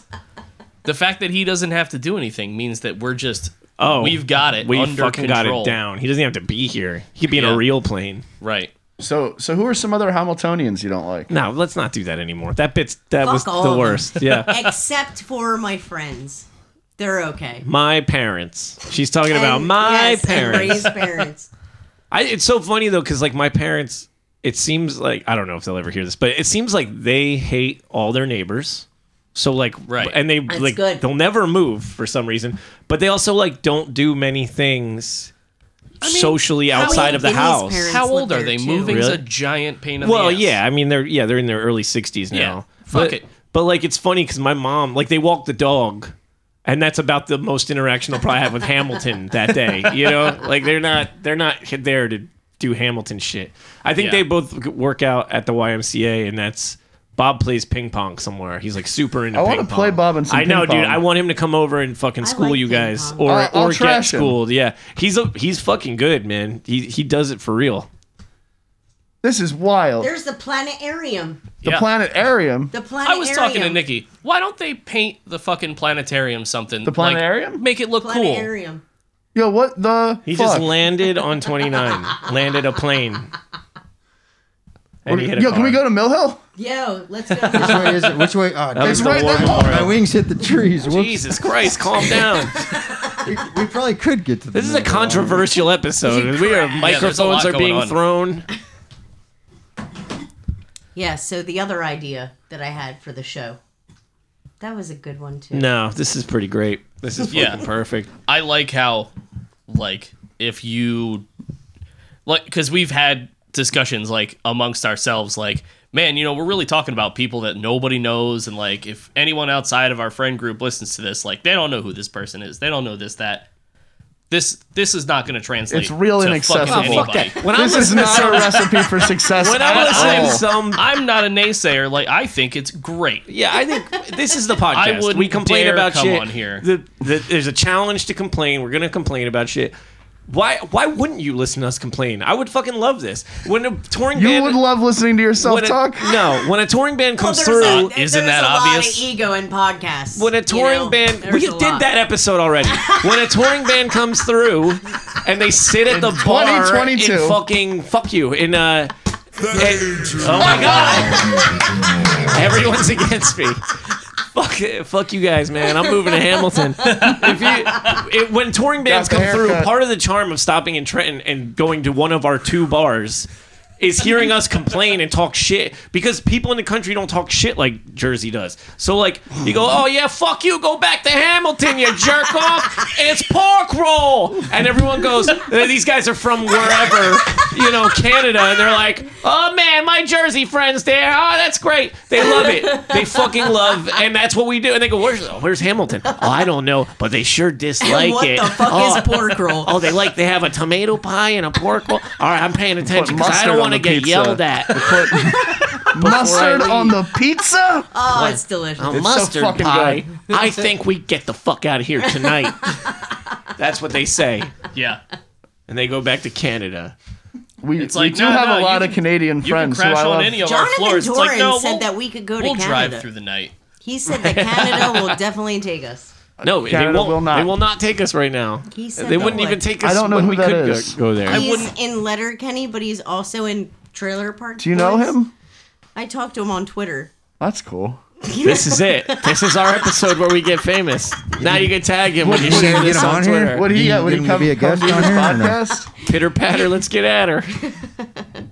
S3: The fact that he doesn't have to do anything means that we're just
S2: Oh,
S3: we've got it
S2: We
S3: under
S2: fucking
S3: control.
S2: got it down. He doesn't have to be here. He could be in
S3: Yeah.
S2: a real plane.
S3: Right.
S4: So, so who are some other Hamiltonians you don't like?
S2: No, let's not do that anymore. That bit's that
S6: Fuck
S2: was
S6: all
S2: the
S6: of them.
S2: worst. Yeah.
S6: Except for my friends. They're okay.
S2: My parents. She's talking about my
S6: yes, and
S2: parents.
S6: Ray's parents.
S2: I, it's so funny though, because like my parents, it seems like I don't know if they'll ever hear this, but it seems like they hate all their neighbors. So like,
S3: Right.
S2: and they
S6: That's
S2: like
S6: good.
S2: they'll never move for some reason, but they also like don't do many things socially
S6: how
S2: outside of the
S6: Vinny's
S2: house.
S6: parents-
S3: How
S6: live
S3: old are
S6: there,
S3: they?
S6: too.
S3: Moving's
S2: Really?
S3: a giant pain in
S2: Well,
S3: the ass.
S2: yeah, I mean they're yeah they're in their early sixties now.
S3: Fuck
S2: but,
S3: it.
S2: But like it's funny because my mom like they walk the dog. And that's about the most interaction they'll probably have with Hamilton that day. You know, like they're not they're not there to do Hamilton shit. I think
S3: Yeah.
S2: they both work out at the YMCA, and that's Bob plays ping pong somewhere. He's like super into.
S4: I
S2: want
S4: wanna
S2: to
S4: play Bob in some
S2: I know,
S4: ping
S2: dude.
S4: pong.
S2: I want him to come over and fucking school
S6: like
S2: you
S6: ping
S2: guys,
S6: pong.
S2: or
S4: I'll- I'll
S2: or get
S4: trash him.
S2: schooled. Yeah, he's a he's fucking good, man. He he does it for real.
S4: This is wild.
S6: There's the planetarium.
S4: the
S3: Yeah.
S4: planetarium.
S6: The planetarium.
S3: I was talking to Nikki. Why don't they paint the fucking planetarium something? The
S4: planetarium?
S3: make it look cool.
S6: Planetarium.
S4: Yo, what the
S2: He
S4: fuck?
S2: just landed on 29, landed a plane. And he hit a
S4: Yo, can we go
S2: car.
S4: to Mill Hill?
S6: Yo, let's go.
S5: Which way is it? Which way? Oh,
S2: was
S5: it's
S2: the
S5: right there.
S2: one
S5: My wings hit the trees. Whoops.
S2: Jesus Christ, calm down.
S5: We, we probably could get to the
S2: This is a
S5: middle of the line.
S2: controversial episode. We are
S3: there's a lot
S2: microphones are
S3: going
S2: being
S3: on.
S2: thrown.
S6: yeah, so the other idea that I had for the show. That was a good one too.
S2: No, this is pretty great. This is fucking
S3: Yeah.
S2: perfect.
S3: I like how, like, if you, like, because we've had discussions like amongst ourselves, like, man, you know, we're really talking about people that nobody knows, and like, if anyone outside of our friend group listens to this, like, they don't know who this person is. They don't know this that. This this is not going to translate.
S4: It's real
S3: to fucking
S4: inaccessible.
S6: Oh,
S2: Fuck
S3: anybody.
S2: that. When I
S4: This is
S2: listen to
S4: not a
S2: some,
S4: recipe for success
S2: when I
S4: at
S2: listen to
S4: all.
S2: some
S3: I'm not a naysayer. Like, I think it's great.
S2: Yeah, I think this is the podcast.
S3: I wouldn't
S2: we complain
S3: dare
S2: about
S3: come
S2: shit.
S3: on here.
S2: The, the, there's a challenge to complain. We're gonna complain about shit. Why? Why wouldn't you listen to us complain? I would fucking love this. When a touring
S4: you
S2: band,
S4: would love listening to yourself
S2: when a-
S4: talk.
S2: No, when a touring band
S6: Well,
S2: comes
S6: there's
S2: through,
S6: a-
S3: isn't
S6: there's
S3: that
S6: a
S3: obvious?
S6: Lot of ego in podcasts.
S2: when a
S6: you
S2: touring
S6: know?
S2: band we
S6: There's a
S2: did
S6: lot.
S2: that episode already when a touring band comes through and they sit at the bar in
S4: 2022.
S2: fucking fuck you in uh. in- oh my god! Everyone's against me. Fuck, it- fuck you guys, man. I'm moving to Hamilton. If you, it, when touring bands
S4: the
S2: come through,
S4: haircut.
S2: part of the charm of stopping in Trenton and going to one of our two bars is hearing us complain and talk shit because people in the country don't talk shit like Jersey does. So like you go, oh yeah, fuck you, go back to Hamilton, you jerk off. It's pork roll, and everyone goes, "Eh, these guys are from wherever, you know, Canada, and they're like, oh man, my Jersey friends there, oh that's great. They love it, they fucking love, and that's what we do. And they go, where's where's Hamilton? Oh, I don't know, but they sure dislike
S6: what
S2: it.
S6: the fuck
S2: Oh,
S6: is pork roll?
S2: Oh, they like they have a tomato pie and a pork roll. All right, I'm paying attention because I
S4: mustard
S2: don't
S4: on
S2: want to
S4: the
S2: get
S4: pizza.
S2: yelled at.
S4: Mustard on the pizza?
S6: Oh, it's delicious.
S2: A
S4: so
S2: mustard
S4: fucking
S2: pie. I think we get the fuck out of here tonight. That's what they say,
S3: Yeah.
S2: and they go back to Canada.
S4: We,
S3: It's like,
S4: we do
S3: no,
S4: have
S3: no,
S4: a
S3: you
S4: lot
S3: can-
S4: of Canadian
S3: You
S4: friends
S3: can crash
S4: who I
S3: on
S4: love.
S3: any of
S6: Jonathan
S3: our floors. It's like,
S6: Doran
S3: no,
S6: said
S3: we'll,
S6: that we could go to
S3: we'll
S6: Canada.
S3: drive through the night.
S6: He said that Canada will definitely take us.
S2: No,
S4: Canada
S2: they won't.
S4: will not.
S2: They will not take us right now.
S6: He said
S2: they
S6: that
S2: wouldn't
S6: would.
S2: even take us.
S4: I don't know
S2: when
S4: who
S2: we
S4: that
S2: could
S4: is.
S2: Go, go there.
S3: I
S6: He's
S3: wouldn't-
S6: in Letterkenny, but he's also in Trailer Park.
S4: Do you know
S6: Boys.
S4: him?
S6: I talked to him on Twitter.
S4: That's cool.
S2: this is it. This is our episode where we get famous. Now you can tag him when you
S5: What,
S2: share
S5: get
S2: this
S5: him
S2: on
S5: on here?
S2: Twitter.
S4: Would he,
S5: You
S4: yeah, would he
S5: get him to
S4: come,
S5: be a
S4: come
S5: guest
S4: do
S5: on
S4: this
S5: here or no?
S4: podcast?
S2: Pitter patter. Let's get at her.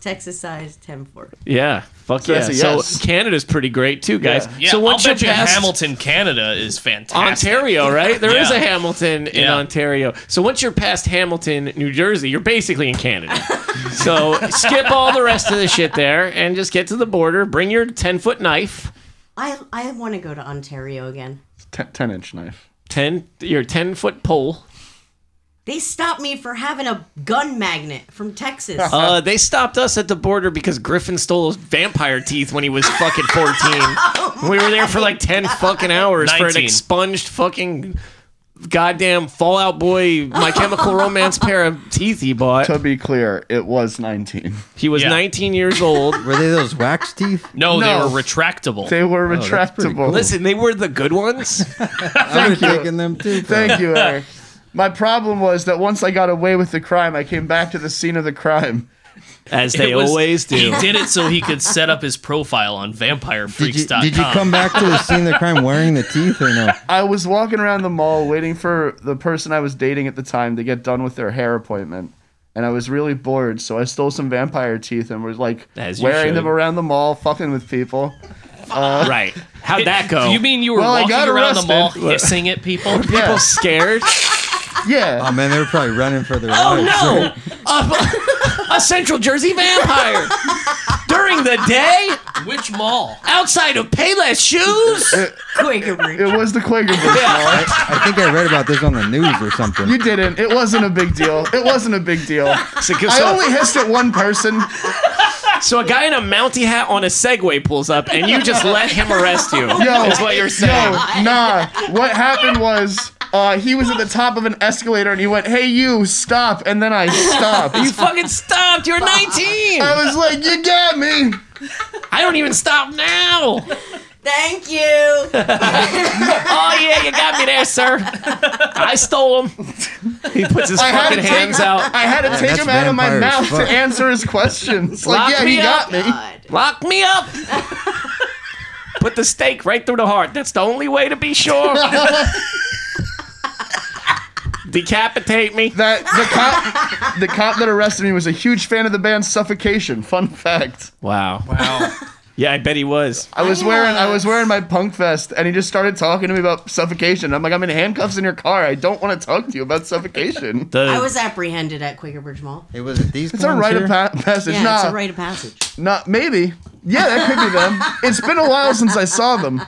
S6: Texas size 10-4.
S2: Yeah. Fuck yeah.
S4: that's a
S2: So
S4: yes.
S2: Canada's pretty great too, guys.
S3: Yeah,
S2: so once
S3: I'll bet
S2: you
S3: you
S2: pass
S3: Hamilton, Canada is fantastic.
S2: Ontario, right? There is
S3: Yeah.
S2: a Hamilton in
S3: Yeah.
S2: Ontario. So once you're past Hamilton, New Jersey, you're basically in Canada. so skip all the rest of the shit there and just get to the border. Bring your ten foot knife.
S6: I I want to go to Ontario again.
S4: Ten, ten inch knife.
S2: Ten your ten foot pole.
S6: They stopped me for having a gun magnet from Texas.
S2: Uh, they stopped us at the border because Griffin stole his vampire teeth when he was fucking 14. we were there for like 10 fucking hours for an
S3: 19.
S2: expunged fucking goddamn Fallout Boy, My Chemical Romance pair of teeth he bought.
S4: To be clear, it was 19.
S2: He was
S3: Yeah.
S2: 19 years old.
S5: Were they those wax teeth?
S3: No, they
S4: No.
S3: were retractable.
S4: They were
S5: that's pretty
S4: retractable.
S5: cool.
S2: Listen, they were the good ones.
S5: I was taking them too. bro.
S4: Thank you, Eric. My problem was that once I got away with the crime, I came back to the scene of the crime.
S2: As
S3: It
S2: they
S3: was-
S2: always
S3: He
S2: do.
S3: did it so he could set up his profile on
S5: Did you,
S3: vampirefreaks.com.
S5: did you come back to the scene of the crime wearing the teeth or no?
S4: I was walking around the mall waiting for the person I was dating at the time to get done with their hair appointment. And I was really bored, so I stole some vampire teeth and was like
S2: As you
S4: wearing them
S2: should.
S4: around the mall, fucking with people.
S2: right. How'd that go?
S3: You mean you were
S4: Well, I
S3: walking
S4: got
S3: around the mall
S4: arrested.
S3: hissing at people?
S2: people
S4: Yeah.
S2: scared?
S5: Oh
S4: Yeah.
S5: man, they were probably running for their
S2: Oh
S5: lives.
S2: no! A, a Central Jersey vampire! During the day?
S3: Which mall?
S2: Outside of Payless Shoes?
S6: Quaker Breach.
S4: It was the Quaker Bush Mall.
S5: I think I read about this on the news or something.
S4: You didn't. It wasn't a big deal. It wasn't a big deal. I
S2: So,
S4: only hissed at one person.
S2: so a guy in a Mountie hat on a Segway pulls up, and you just let him arrest you. is what you're saying.
S4: Yo, nah. What happened was uh, he was at the top of an escalator and he went, "Hey, you stop!" And then I stopped.
S2: You fucking stopped. You're 19.
S4: I was like, "You got me."
S2: I don't even stop now.
S6: Thank you.
S2: Oh yeah, you got me there, sir. I stole him. He puts his
S4: I had
S2: fucking
S4: to take-
S2: hands out.
S4: I had to take
S5: that's
S4: him out of my
S5: vampire as
S4: mouth
S5: fuck.
S4: to answer his questions.
S2: Lock
S4: Like, yeah, he
S2: me up.
S4: got me.
S6: God.
S2: Lock me up. Put the stake right through the heart. That's the only way to be sure. Decapitate me.
S4: That the cop, the cop that arrested me was a huge fan of the band Suffocation. Fun fact.
S2: Wow. Wow. Yeah, I bet he was.
S4: I was wearing I was wearing my punk vest, and he just started talking to me about suffocation. I'm like, I'm in handcuffs in your car. I don't want to talk to you about suffocation.
S2: The-
S6: I was apprehended at Quaker Bridge Mall.
S5: It was these.
S4: It's a
S5: clowns
S4: rite
S5: here?
S4: of pa- passage.
S6: Yeah,
S4: nah,
S6: it's a rite of passage.
S4: nah, maybe. Yeah, that could be them. it's been a while since I saw them.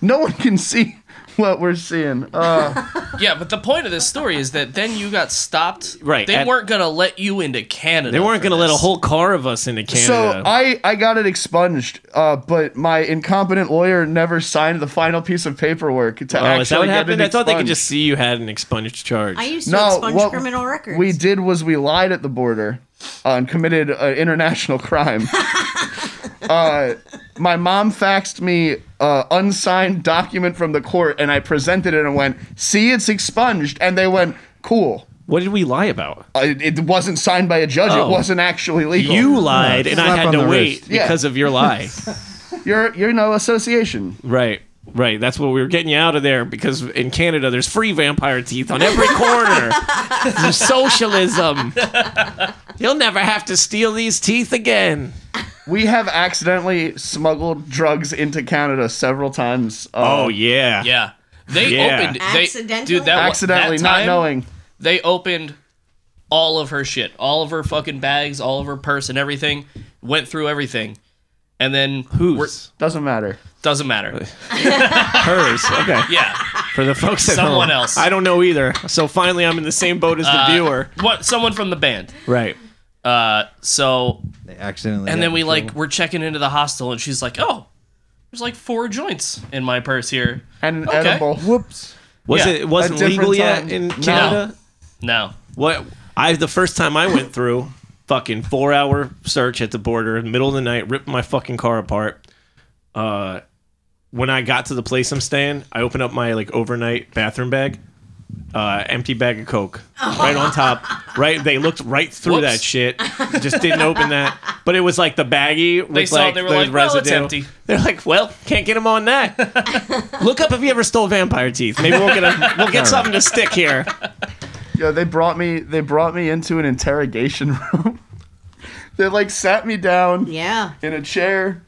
S4: No one can see what we're seeing. Uh,
S3: Yeah, but the point of this story is that then you got stopped.
S2: Right,
S3: They
S2: at-
S3: weren't going to let you into Canada.
S2: They weren't
S3: for
S2: going to let a
S3: this.
S2: whole car of us into
S4: so
S2: Canada.
S4: I, I got it expunged, uh, but my incompetent lawyer never signed the final piece of paperwork to
S2: oh, is that
S4: actually
S2: what
S4: get
S2: happened?
S4: it
S2: I thought they could
S4: expunged.
S2: just see you had an expunged charge.
S6: I used to
S4: No,
S6: expunge
S4: what
S6: criminal records.
S4: we did was we lied at the border uh, and committed an international crime. Uh, my mom faxed me uh, unsigned document from the court, and I presented it and went, "See, it's expunged." And they went, "Cool."
S2: What did we lie about?
S4: Uh, it, it wasn't signed by a judge.
S2: Oh.
S4: It wasn't actually legal.
S2: You lied, and I
S5: slap
S2: had
S5: on
S2: to
S5: the
S2: wait
S5: wrist.
S4: Yeah.
S2: because of your lie.
S4: you're you're no association.
S2: right, right. That's what we were getting you out of there because in Canada there's free vampire teeth on every corner. There's socialism. You'll never have to steal these teeth again.
S4: We have accidentally smuggled drugs into Canada several times. Uh,
S2: Oh yeah,
S3: Yeah. They
S2: Yeah.
S3: opened. They,
S6: Accidentally?
S3: dude, that, wa-
S4: accidentally,
S3: that
S4: not
S3: time,
S4: knowing.
S3: They opened all of her shit, all of her fucking bags, all of her purse and everything. Went through everything, and then we're-
S2: Who's
S4: Doesn't matter.
S3: doesn't matter.
S2: hers? Okay,
S3: Yeah.
S2: for the folks at
S3: Someone
S2: home.
S3: else.
S2: I don't know either. So finally, I'm in the same boat as the
S3: Uh,
S2: viewer.
S3: What? Someone from the band.
S2: Right.
S3: Uh. So
S5: They accidentally.
S3: and
S5: got
S3: then we
S5: in
S3: like
S5: trouble.
S3: we're checking into the hostel, and she's like, "Oh, there's like four joints in my purse here."
S4: And an
S3: Okay.
S4: edible.
S5: Whoops.
S2: Was
S3: Yeah.
S2: it it wasn't
S4: A different
S2: legal yet
S4: time.
S2: in
S4: No.
S2: Canada?
S3: No.
S2: What I the first time I went through fucking four hour search at the border, middle of the night, ripped my fucking car apart. Uh, when I got to the place I'm staying, I opened up my like overnight bathroom bag, uh, empty bag of coke, right on top. Right, they looked right through
S3: Whoops.
S2: that shit. Just didn't open that. But it was like the baggie with
S3: They saw it,
S2: like
S3: they were
S2: the
S3: like, "Well, it's
S2: residue.
S3: empty."
S2: They're like, well, can't get them on that. Look up if you ever stole vampire teeth. Maybe we'll get a, we'll get something to stick here.
S4: Yeah, they brought me. They brought me into an interrogation room. they like sat me down
S6: Yeah.
S4: in a chair.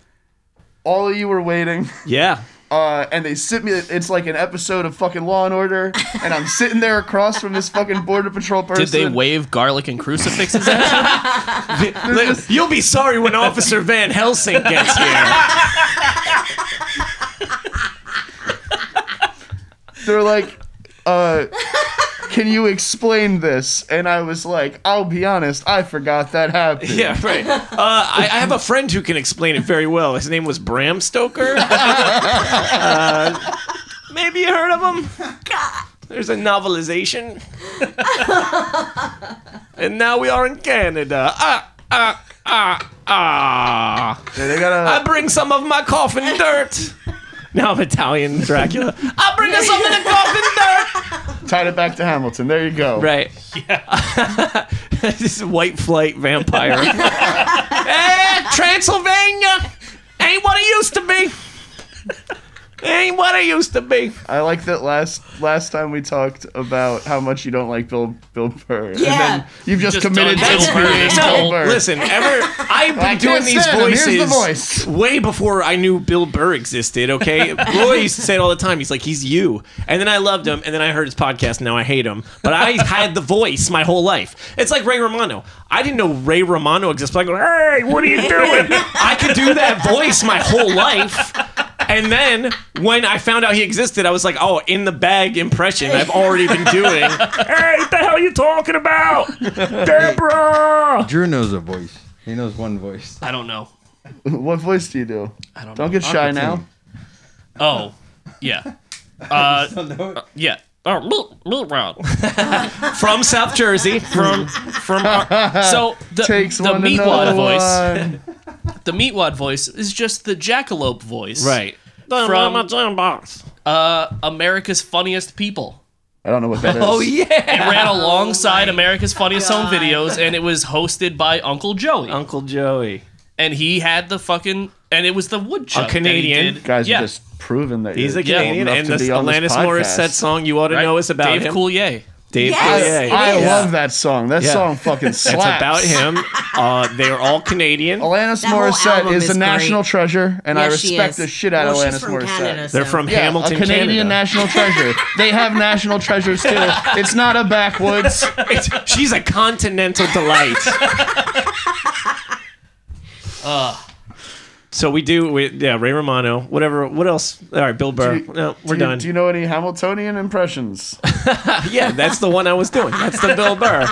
S4: All of you were waiting,
S2: Yeah.
S4: uh, and they sit me. It's like an episode of fucking Law and Order, and I'm sitting there across from this fucking border patrol person.
S3: Did they wave garlic and crucifixes at you?
S2: You'll be sorry when Officer Van Helsing gets here.
S4: They're like, uh, "Can you explain this?" And I was like, "I'll be honest, I forgot that happened."
S2: yeah, right. Uh, I, I have a friend who can explain it very well. His name was Bram Stoker. uh, maybe you heard of him. There's a novelization. and now we are in Canada. Ah, ah, ah, ah.
S4: Yeah, they gotta.
S2: I bring some of my coffin dirt. Now I'm Italian Dracula. I bring us some of the coffin dirt.
S4: Tied it back to Hamilton. There you go.
S2: Right. Yeah. this is white flight vampire. Eh, Transylvania ain't what it used to be. Ain't what it used to be.
S4: I like that last last time we talked about how much you don't like Bill Bill Burr.
S6: Yeah.
S4: And then you've just,
S3: Just
S4: committed
S3: done
S4: to
S3: Bill Burr.
S4: being
S3: No,
S4: Bill Burr.
S2: Listen, ever I've been
S4: I
S2: doing
S4: can't
S2: these
S4: stand him.
S2: voices
S4: Here's the voice.
S2: way before I knew Bill Burr existed. Okay, Roy used to say it all the time. He's like, he's you, and then I loved him, and then I heard his podcast. And now I hate him, but I had the voice my whole life. It's like Ray Romano. I didn't know Ray Romano existed. But I go, hey, what are you doing? I could do that voice my whole life. And then when I found out he existed, I was like, oh, in the bag impression I've already been doing. hey, what the hell are you talking about? Deborah!
S5: Drew knows a voice. He knows one voice.
S3: I don't know.
S4: What voice do you do?
S3: I don't.
S4: Don't
S3: know.
S4: get shy now.
S3: Oh, yeah. Uh, yeah. Oh, look, look round.
S2: from South Jersey. From
S3: From our, so the,
S4: Takes
S3: the
S4: one to know
S3: meatwad voice,
S4: one.
S3: the meatwad voice is just the jackalope voice,
S2: From
S3: From-
S2: box.
S3: Uh, America's funniest people.
S4: I don't know what that is.
S2: Oh yeah,
S3: It ran alongside America's funniest home
S6: God.
S3: videos, and it was hosted by Uncle Joey,
S2: Uncle Joey.
S3: and he had the fucking, and it was the woodchuck.
S2: A Canadian.
S3: that he did.
S4: Guys
S3: yeah,
S4: are just proven that
S2: He's
S4: you're
S2: a Canadian,
S4: old enough
S2: and
S4: to
S2: the
S4: be on this
S2: Alanis
S4: podcast.
S2: Morissette song you ought to
S3: right?
S2: know is about
S3: Dave
S2: him.
S3: Coulier.
S2: Dave
S6: Yes,
S2: Coulier.
S6: it
S4: I
S6: is.
S4: love that song. That
S2: Yeah.
S4: song fucking slaps.
S2: It's about him. Uh, they are all Canadian.
S4: Alanis
S6: That whole
S4: Morissette
S6: album
S4: is,
S6: is
S4: a
S6: great.
S4: national treasure, and I
S6: Yes, she
S4: respect
S6: is.
S4: the shit out
S6: Well,
S4: of
S6: she's
S4: Alanis
S6: from
S4: Morissette.
S6: Canada,
S2: They're
S6: so-
S2: from
S4: Yeah,
S2: Hamilton,
S4: a Canadian
S2: Canada.
S4: national treasure. They have national treasures too. It's not a backwoods.
S2: It's- she's a continental delight. So we do, we, yeah. Ray Romano, whatever. What else? All right, Bill Burr.
S4: Do you-
S2: no, we're
S4: do you,
S2: done.
S4: Do you know any Hamiltonian impressions?
S2: Yeah, that's the one I was doing. That's the Bill Burr.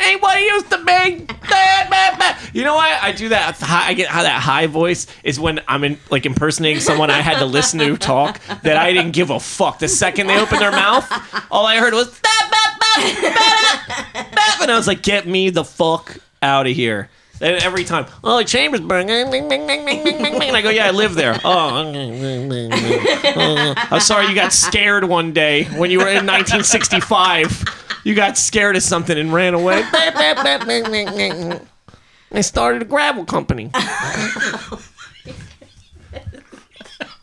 S2: Ain't what it used to be. Bad, bad, bad. You know why I do that? High, I get how that high voice is when I'm in, like impersonating someone I had to listen to talk that I didn't give a fuck. The second they opened their mouth, all I heard was bad, bad, bad, bad, bad, bad. and I was like, get me the fuck out of here. And every time, oh, Chambersburg. And I go, yeah, I live there. Oh, I'm sorry you got scared one day when you were in 1965. You got scared of something and ran away. I started a gravel company. Oh.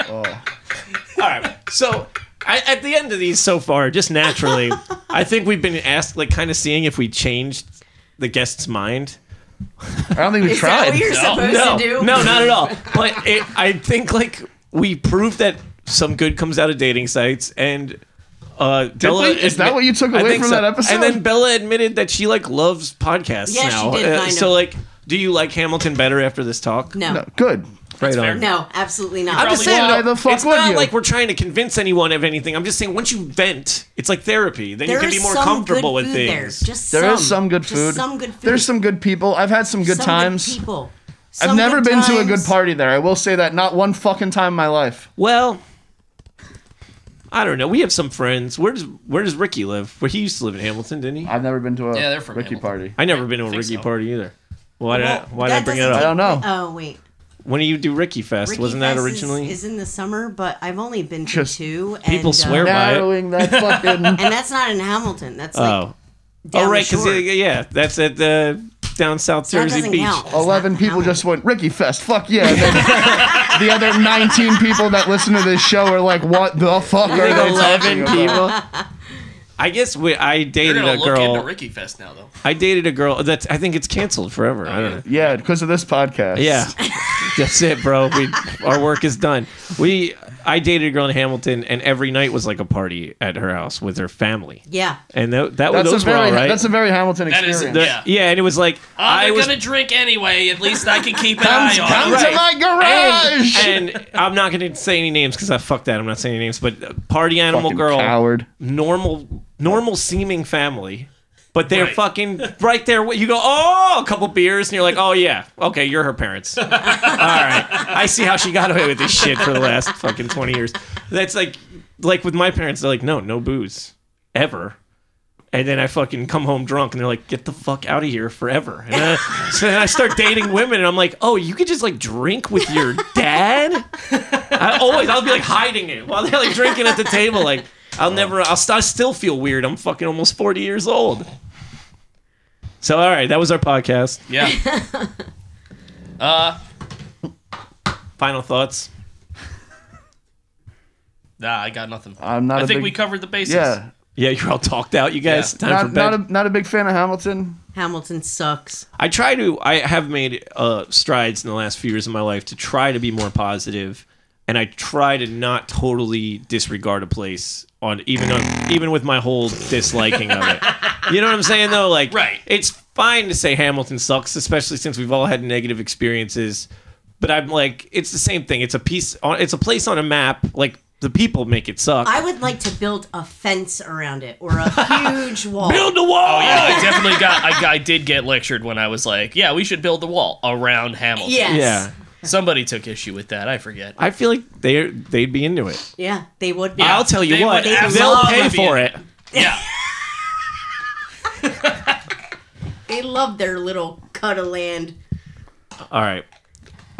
S2: All right. So I, at the end of these so far, just naturally, I think we've been asked, like, kind of seeing if we changed the guest's mind.
S4: I don't think we
S6: Is that
S4: tried.
S6: what you're supposed
S2: no,
S6: to do?
S2: no, not at all. But it, I think like we proved that some good comes out of dating sites, and uh, Bella.
S4: we? Is that what you took
S2: I
S4: away
S2: think
S4: from that episode?
S2: And then Bella admitted that she like loves podcasts
S6: Yeah, she
S2: now. Uh,
S6: did, kind
S2: so
S6: of.
S2: like, do you like Hamilton better after this talk?
S6: No.
S4: No,
S6: No.
S4: good.
S5: Right on.
S6: absolutely not.
S2: I'm just
S4: Probably
S2: saying,
S4: why
S2: though,
S4: the fuck
S2: it's
S4: would
S2: not
S4: you?
S2: like we're trying to convince anyone of anything. I'm just saying, once you vent, it's like therapy. Then
S6: there
S2: you can
S6: is
S2: be more
S6: some
S2: comfortable with
S6: good food
S2: things.
S6: There. Just
S4: There
S6: some.
S4: is some good
S6: Just
S4: food.
S6: some good food.
S4: There's some good people. I've had some good
S6: Some
S4: times.
S6: people.
S4: I've
S6: Some
S4: never
S6: good
S4: been to a good
S6: times.
S4: party there. I will say that not one fucking time in my life.
S2: Well, I don't know. We have some friends. Where does Where does Ricky live? Where he used to live in Hamilton, didn't he?
S4: I've never been to a
S3: Yeah, they're from
S4: Ricky
S3: Hamilton.
S4: party.
S2: I never been to a
S3: think
S2: Ricky
S3: so.
S2: party either. Why did I,
S6: Well,
S2: Why did I
S6: that
S2: bring it
S6: doesn't
S2: up?
S4: I don't know.
S6: take- Oh wait,
S2: When do you do Ricky Fest?
S6: Ricky
S2: Wasn't that
S6: Fest is-
S2: originally?
S6: Is, in the summer, but I've only been to
S4: Just-
S6: two. And,
S2: People
S6: uh,
S2: swear by- Right.
S4: Narrowing that fucking.
S6: and that's not in Hamilton. That's like
S2: oh,
S6: down
S2: oh
S6: the
S2: right, because
S6: shore.
S2: yeah, that's at the down South
S6: That
S2: Jersey
S6: doesn't
S2: Beach.
S6: count. It's
S4: Eleven
S6: not
S4: people
S6: Hamilton.
S4: just went Ricky Fest. Fuck yeah! And then the other nineteen people that listen to this show are like, "What the fuck are they talking
S2: Eleven
S4: about?"
S2: people. I guess we, I
S3: You're
S2: dated
S3: gonna
S2: a
S3: look into
S2: girl.
S3: Ricky Fest now, though.
S2: I dated a girl that I think it's canceled forever. I don't know.
S4: Yeah, because of this podcast.
S2: Yeah, that's it, bro. We our work is done. We I dated a girl in Hamilton, and every night was like a party at her house with her family,
S6: Yeah.
S2: and that that was
S4: that's a
S2: Oh, those were
S4: very
S2: all right.
S4: that's a very Hamilton
S3: That is-
S4: experience.
S2: The-
S3: Yeah.
S2: and it was like
S3: I'm
S2: I was
S3: gonna drink anyway. At least I can keep an eye on.
S4: Come
S3: it.
S4: to my garage.
S2: and, and I'm not going to say any names because I fucked that. I'm not saying any names, but uh, party animal
S4: Fucking
S2: girl,
S4: coward.
S2: normal, normal seeming family, but they're
S3: Right.
S2: fucking right there. You go, oh, a couple beers, and you're like, oh yeah, okay, you're her parents. All right, I see how she got away with this shit for the last fucking twenty years. That's like, like with my parents, they're like, no, no booze ever. And then I fucking come home drunk, and they're like, "Get the fuck out of here forever." And then, so then I start dating women, and I'm like, "Oh, you could just like drink with your dad." I always, I'll be like hiding it while they're like drinking at the table. Like, I'll never, I'll, st- I still feel weird. I'm fucking almost forty years old. So, all right, that was our podcast.
S3: Yeah.
S2: Final thoughts.
S3: Nah, I got nothing.
S4: I'm not.
S3: I
S4: a
S3: think
S4: Uh, big,
S3: we covered the bases.
S4: Yeah,
S2: Yeah, you're all talked out, you guys.
S3: Yeah.
S2: Time for
S4: not,
S2: bed.
S4: not a not a big fan of Hamilton.
S6: Hamilton sucks.
S2: I try to. I have made uh, strides in the last few years of my life to try to be more positive, and I try to not totally disregard a place on even on, even with my whole disliking of it. You know what I'm saying though? Like,
S3: Right.
S2: It's fine to say Hamilton sucks, especially since we've all had negative experiences. But I'm like, it's the same thing. It's a piece. On, it's a place on a map. Like the people make it suck.
S6: I would like to build a fence around it or a huge wall.
S2: Build the wall.
S3: Yeah, Oh, I definitely got. I, I did get lectured when I was like, "Yeah, we should build the wall around Hamilton."
S6: yes.
S2: Yeah.
S3: Somebody took issue with that. I forget.
S2: I feel like they they'd be into it.
S6: Yeah, they would.
S3: Yeah.
S2: I'll tell you
S3: They
S2: what,
S3: would
S2: they'll pay
S3: absolutely be
S2: for it.
S3: into Yeah.
S6: They love their little cut of land.
S2: All right.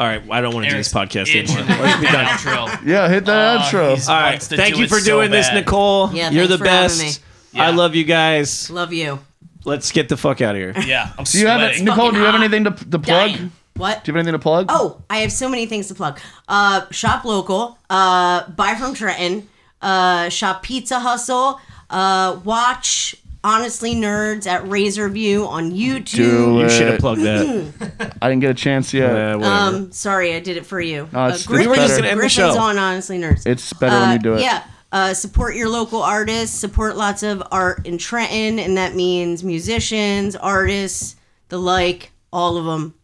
S2: All right. I don't want to do
S3: Eric's
S2: this podcast
S3: itching
S2: anymore. Let's be done.
S3: outro.
S4: Yeah, hit that
S3: Uh,
S4: outro.
S3: he's-
S2: All right.
S3: Wants to
S2: Thank
S3: do
S2: you
S3: it
S2: for
S3: so
S2: doing this,
S3: bad.
S2: Nicole.
S6: Yeah,
S2: You're the
S6: thanks for having
S2: best.
S3: me.
S2: I
S3: Yeah.
S2: love you guys.
S6: Love you.
S2: Let's get the fuck out of here.
S3: Yeah, I'm
S4: Do you have
S3: sweating.
S4: Nicole? Do you have
S6: hot.
S4: anything to, to plug? Do you
S6: What?
S4: have anything to plug?
S6: Oh, I have so many things to plug. Uh, shop local. Uh, buy from Trenton. Uh, shop Pizza Hustle. Uh, watch Honestly Nerds at Razor View on YouTube.
S4: Do
S2: You
S4: it.
S2: should have plugged that.
S4: I didn't get a chance yet.
S2: Uh, whatever.
S6: Um, sorry, I did it for you.
S4: No, it's- it's
S6: Griffin-
S4: We were just gonna
S2: end the
S6: Griffin's
S2: show.
S6: on Honestly Nerds.
S4: it's better when you do it.
S6: Yeah. Uh, support your local artists. Support lots of art in Trenton, and that means musicians, artists, the like, all of them,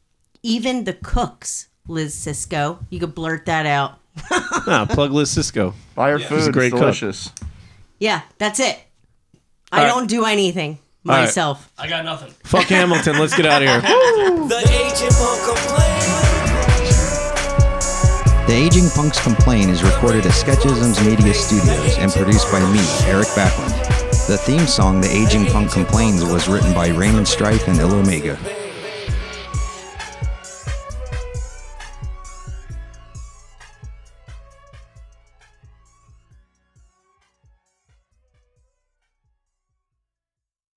S6: even the cooks. Liz Cisco, you could blurt that out.
S2: nah, plug Liz Cisco.
S4: Buy her food.
S2: great
S4: it's
S2: cook.
S4: delicious.
S6: Yeah, that's it. I
S2: right.
S6: don't do anything
S2: right.
S6: myself.
S3: I got nothing.
S2: Fuck Hamilton. Let's get out of here.
S1: The agent won't complain.
S5: The Aging Punks Complain is recorded at Sketchisms Media Studios and produced by me, Eric Backlund. The theme song, The Aging Punk Complains, was written by Raymond Strife and Il Omega.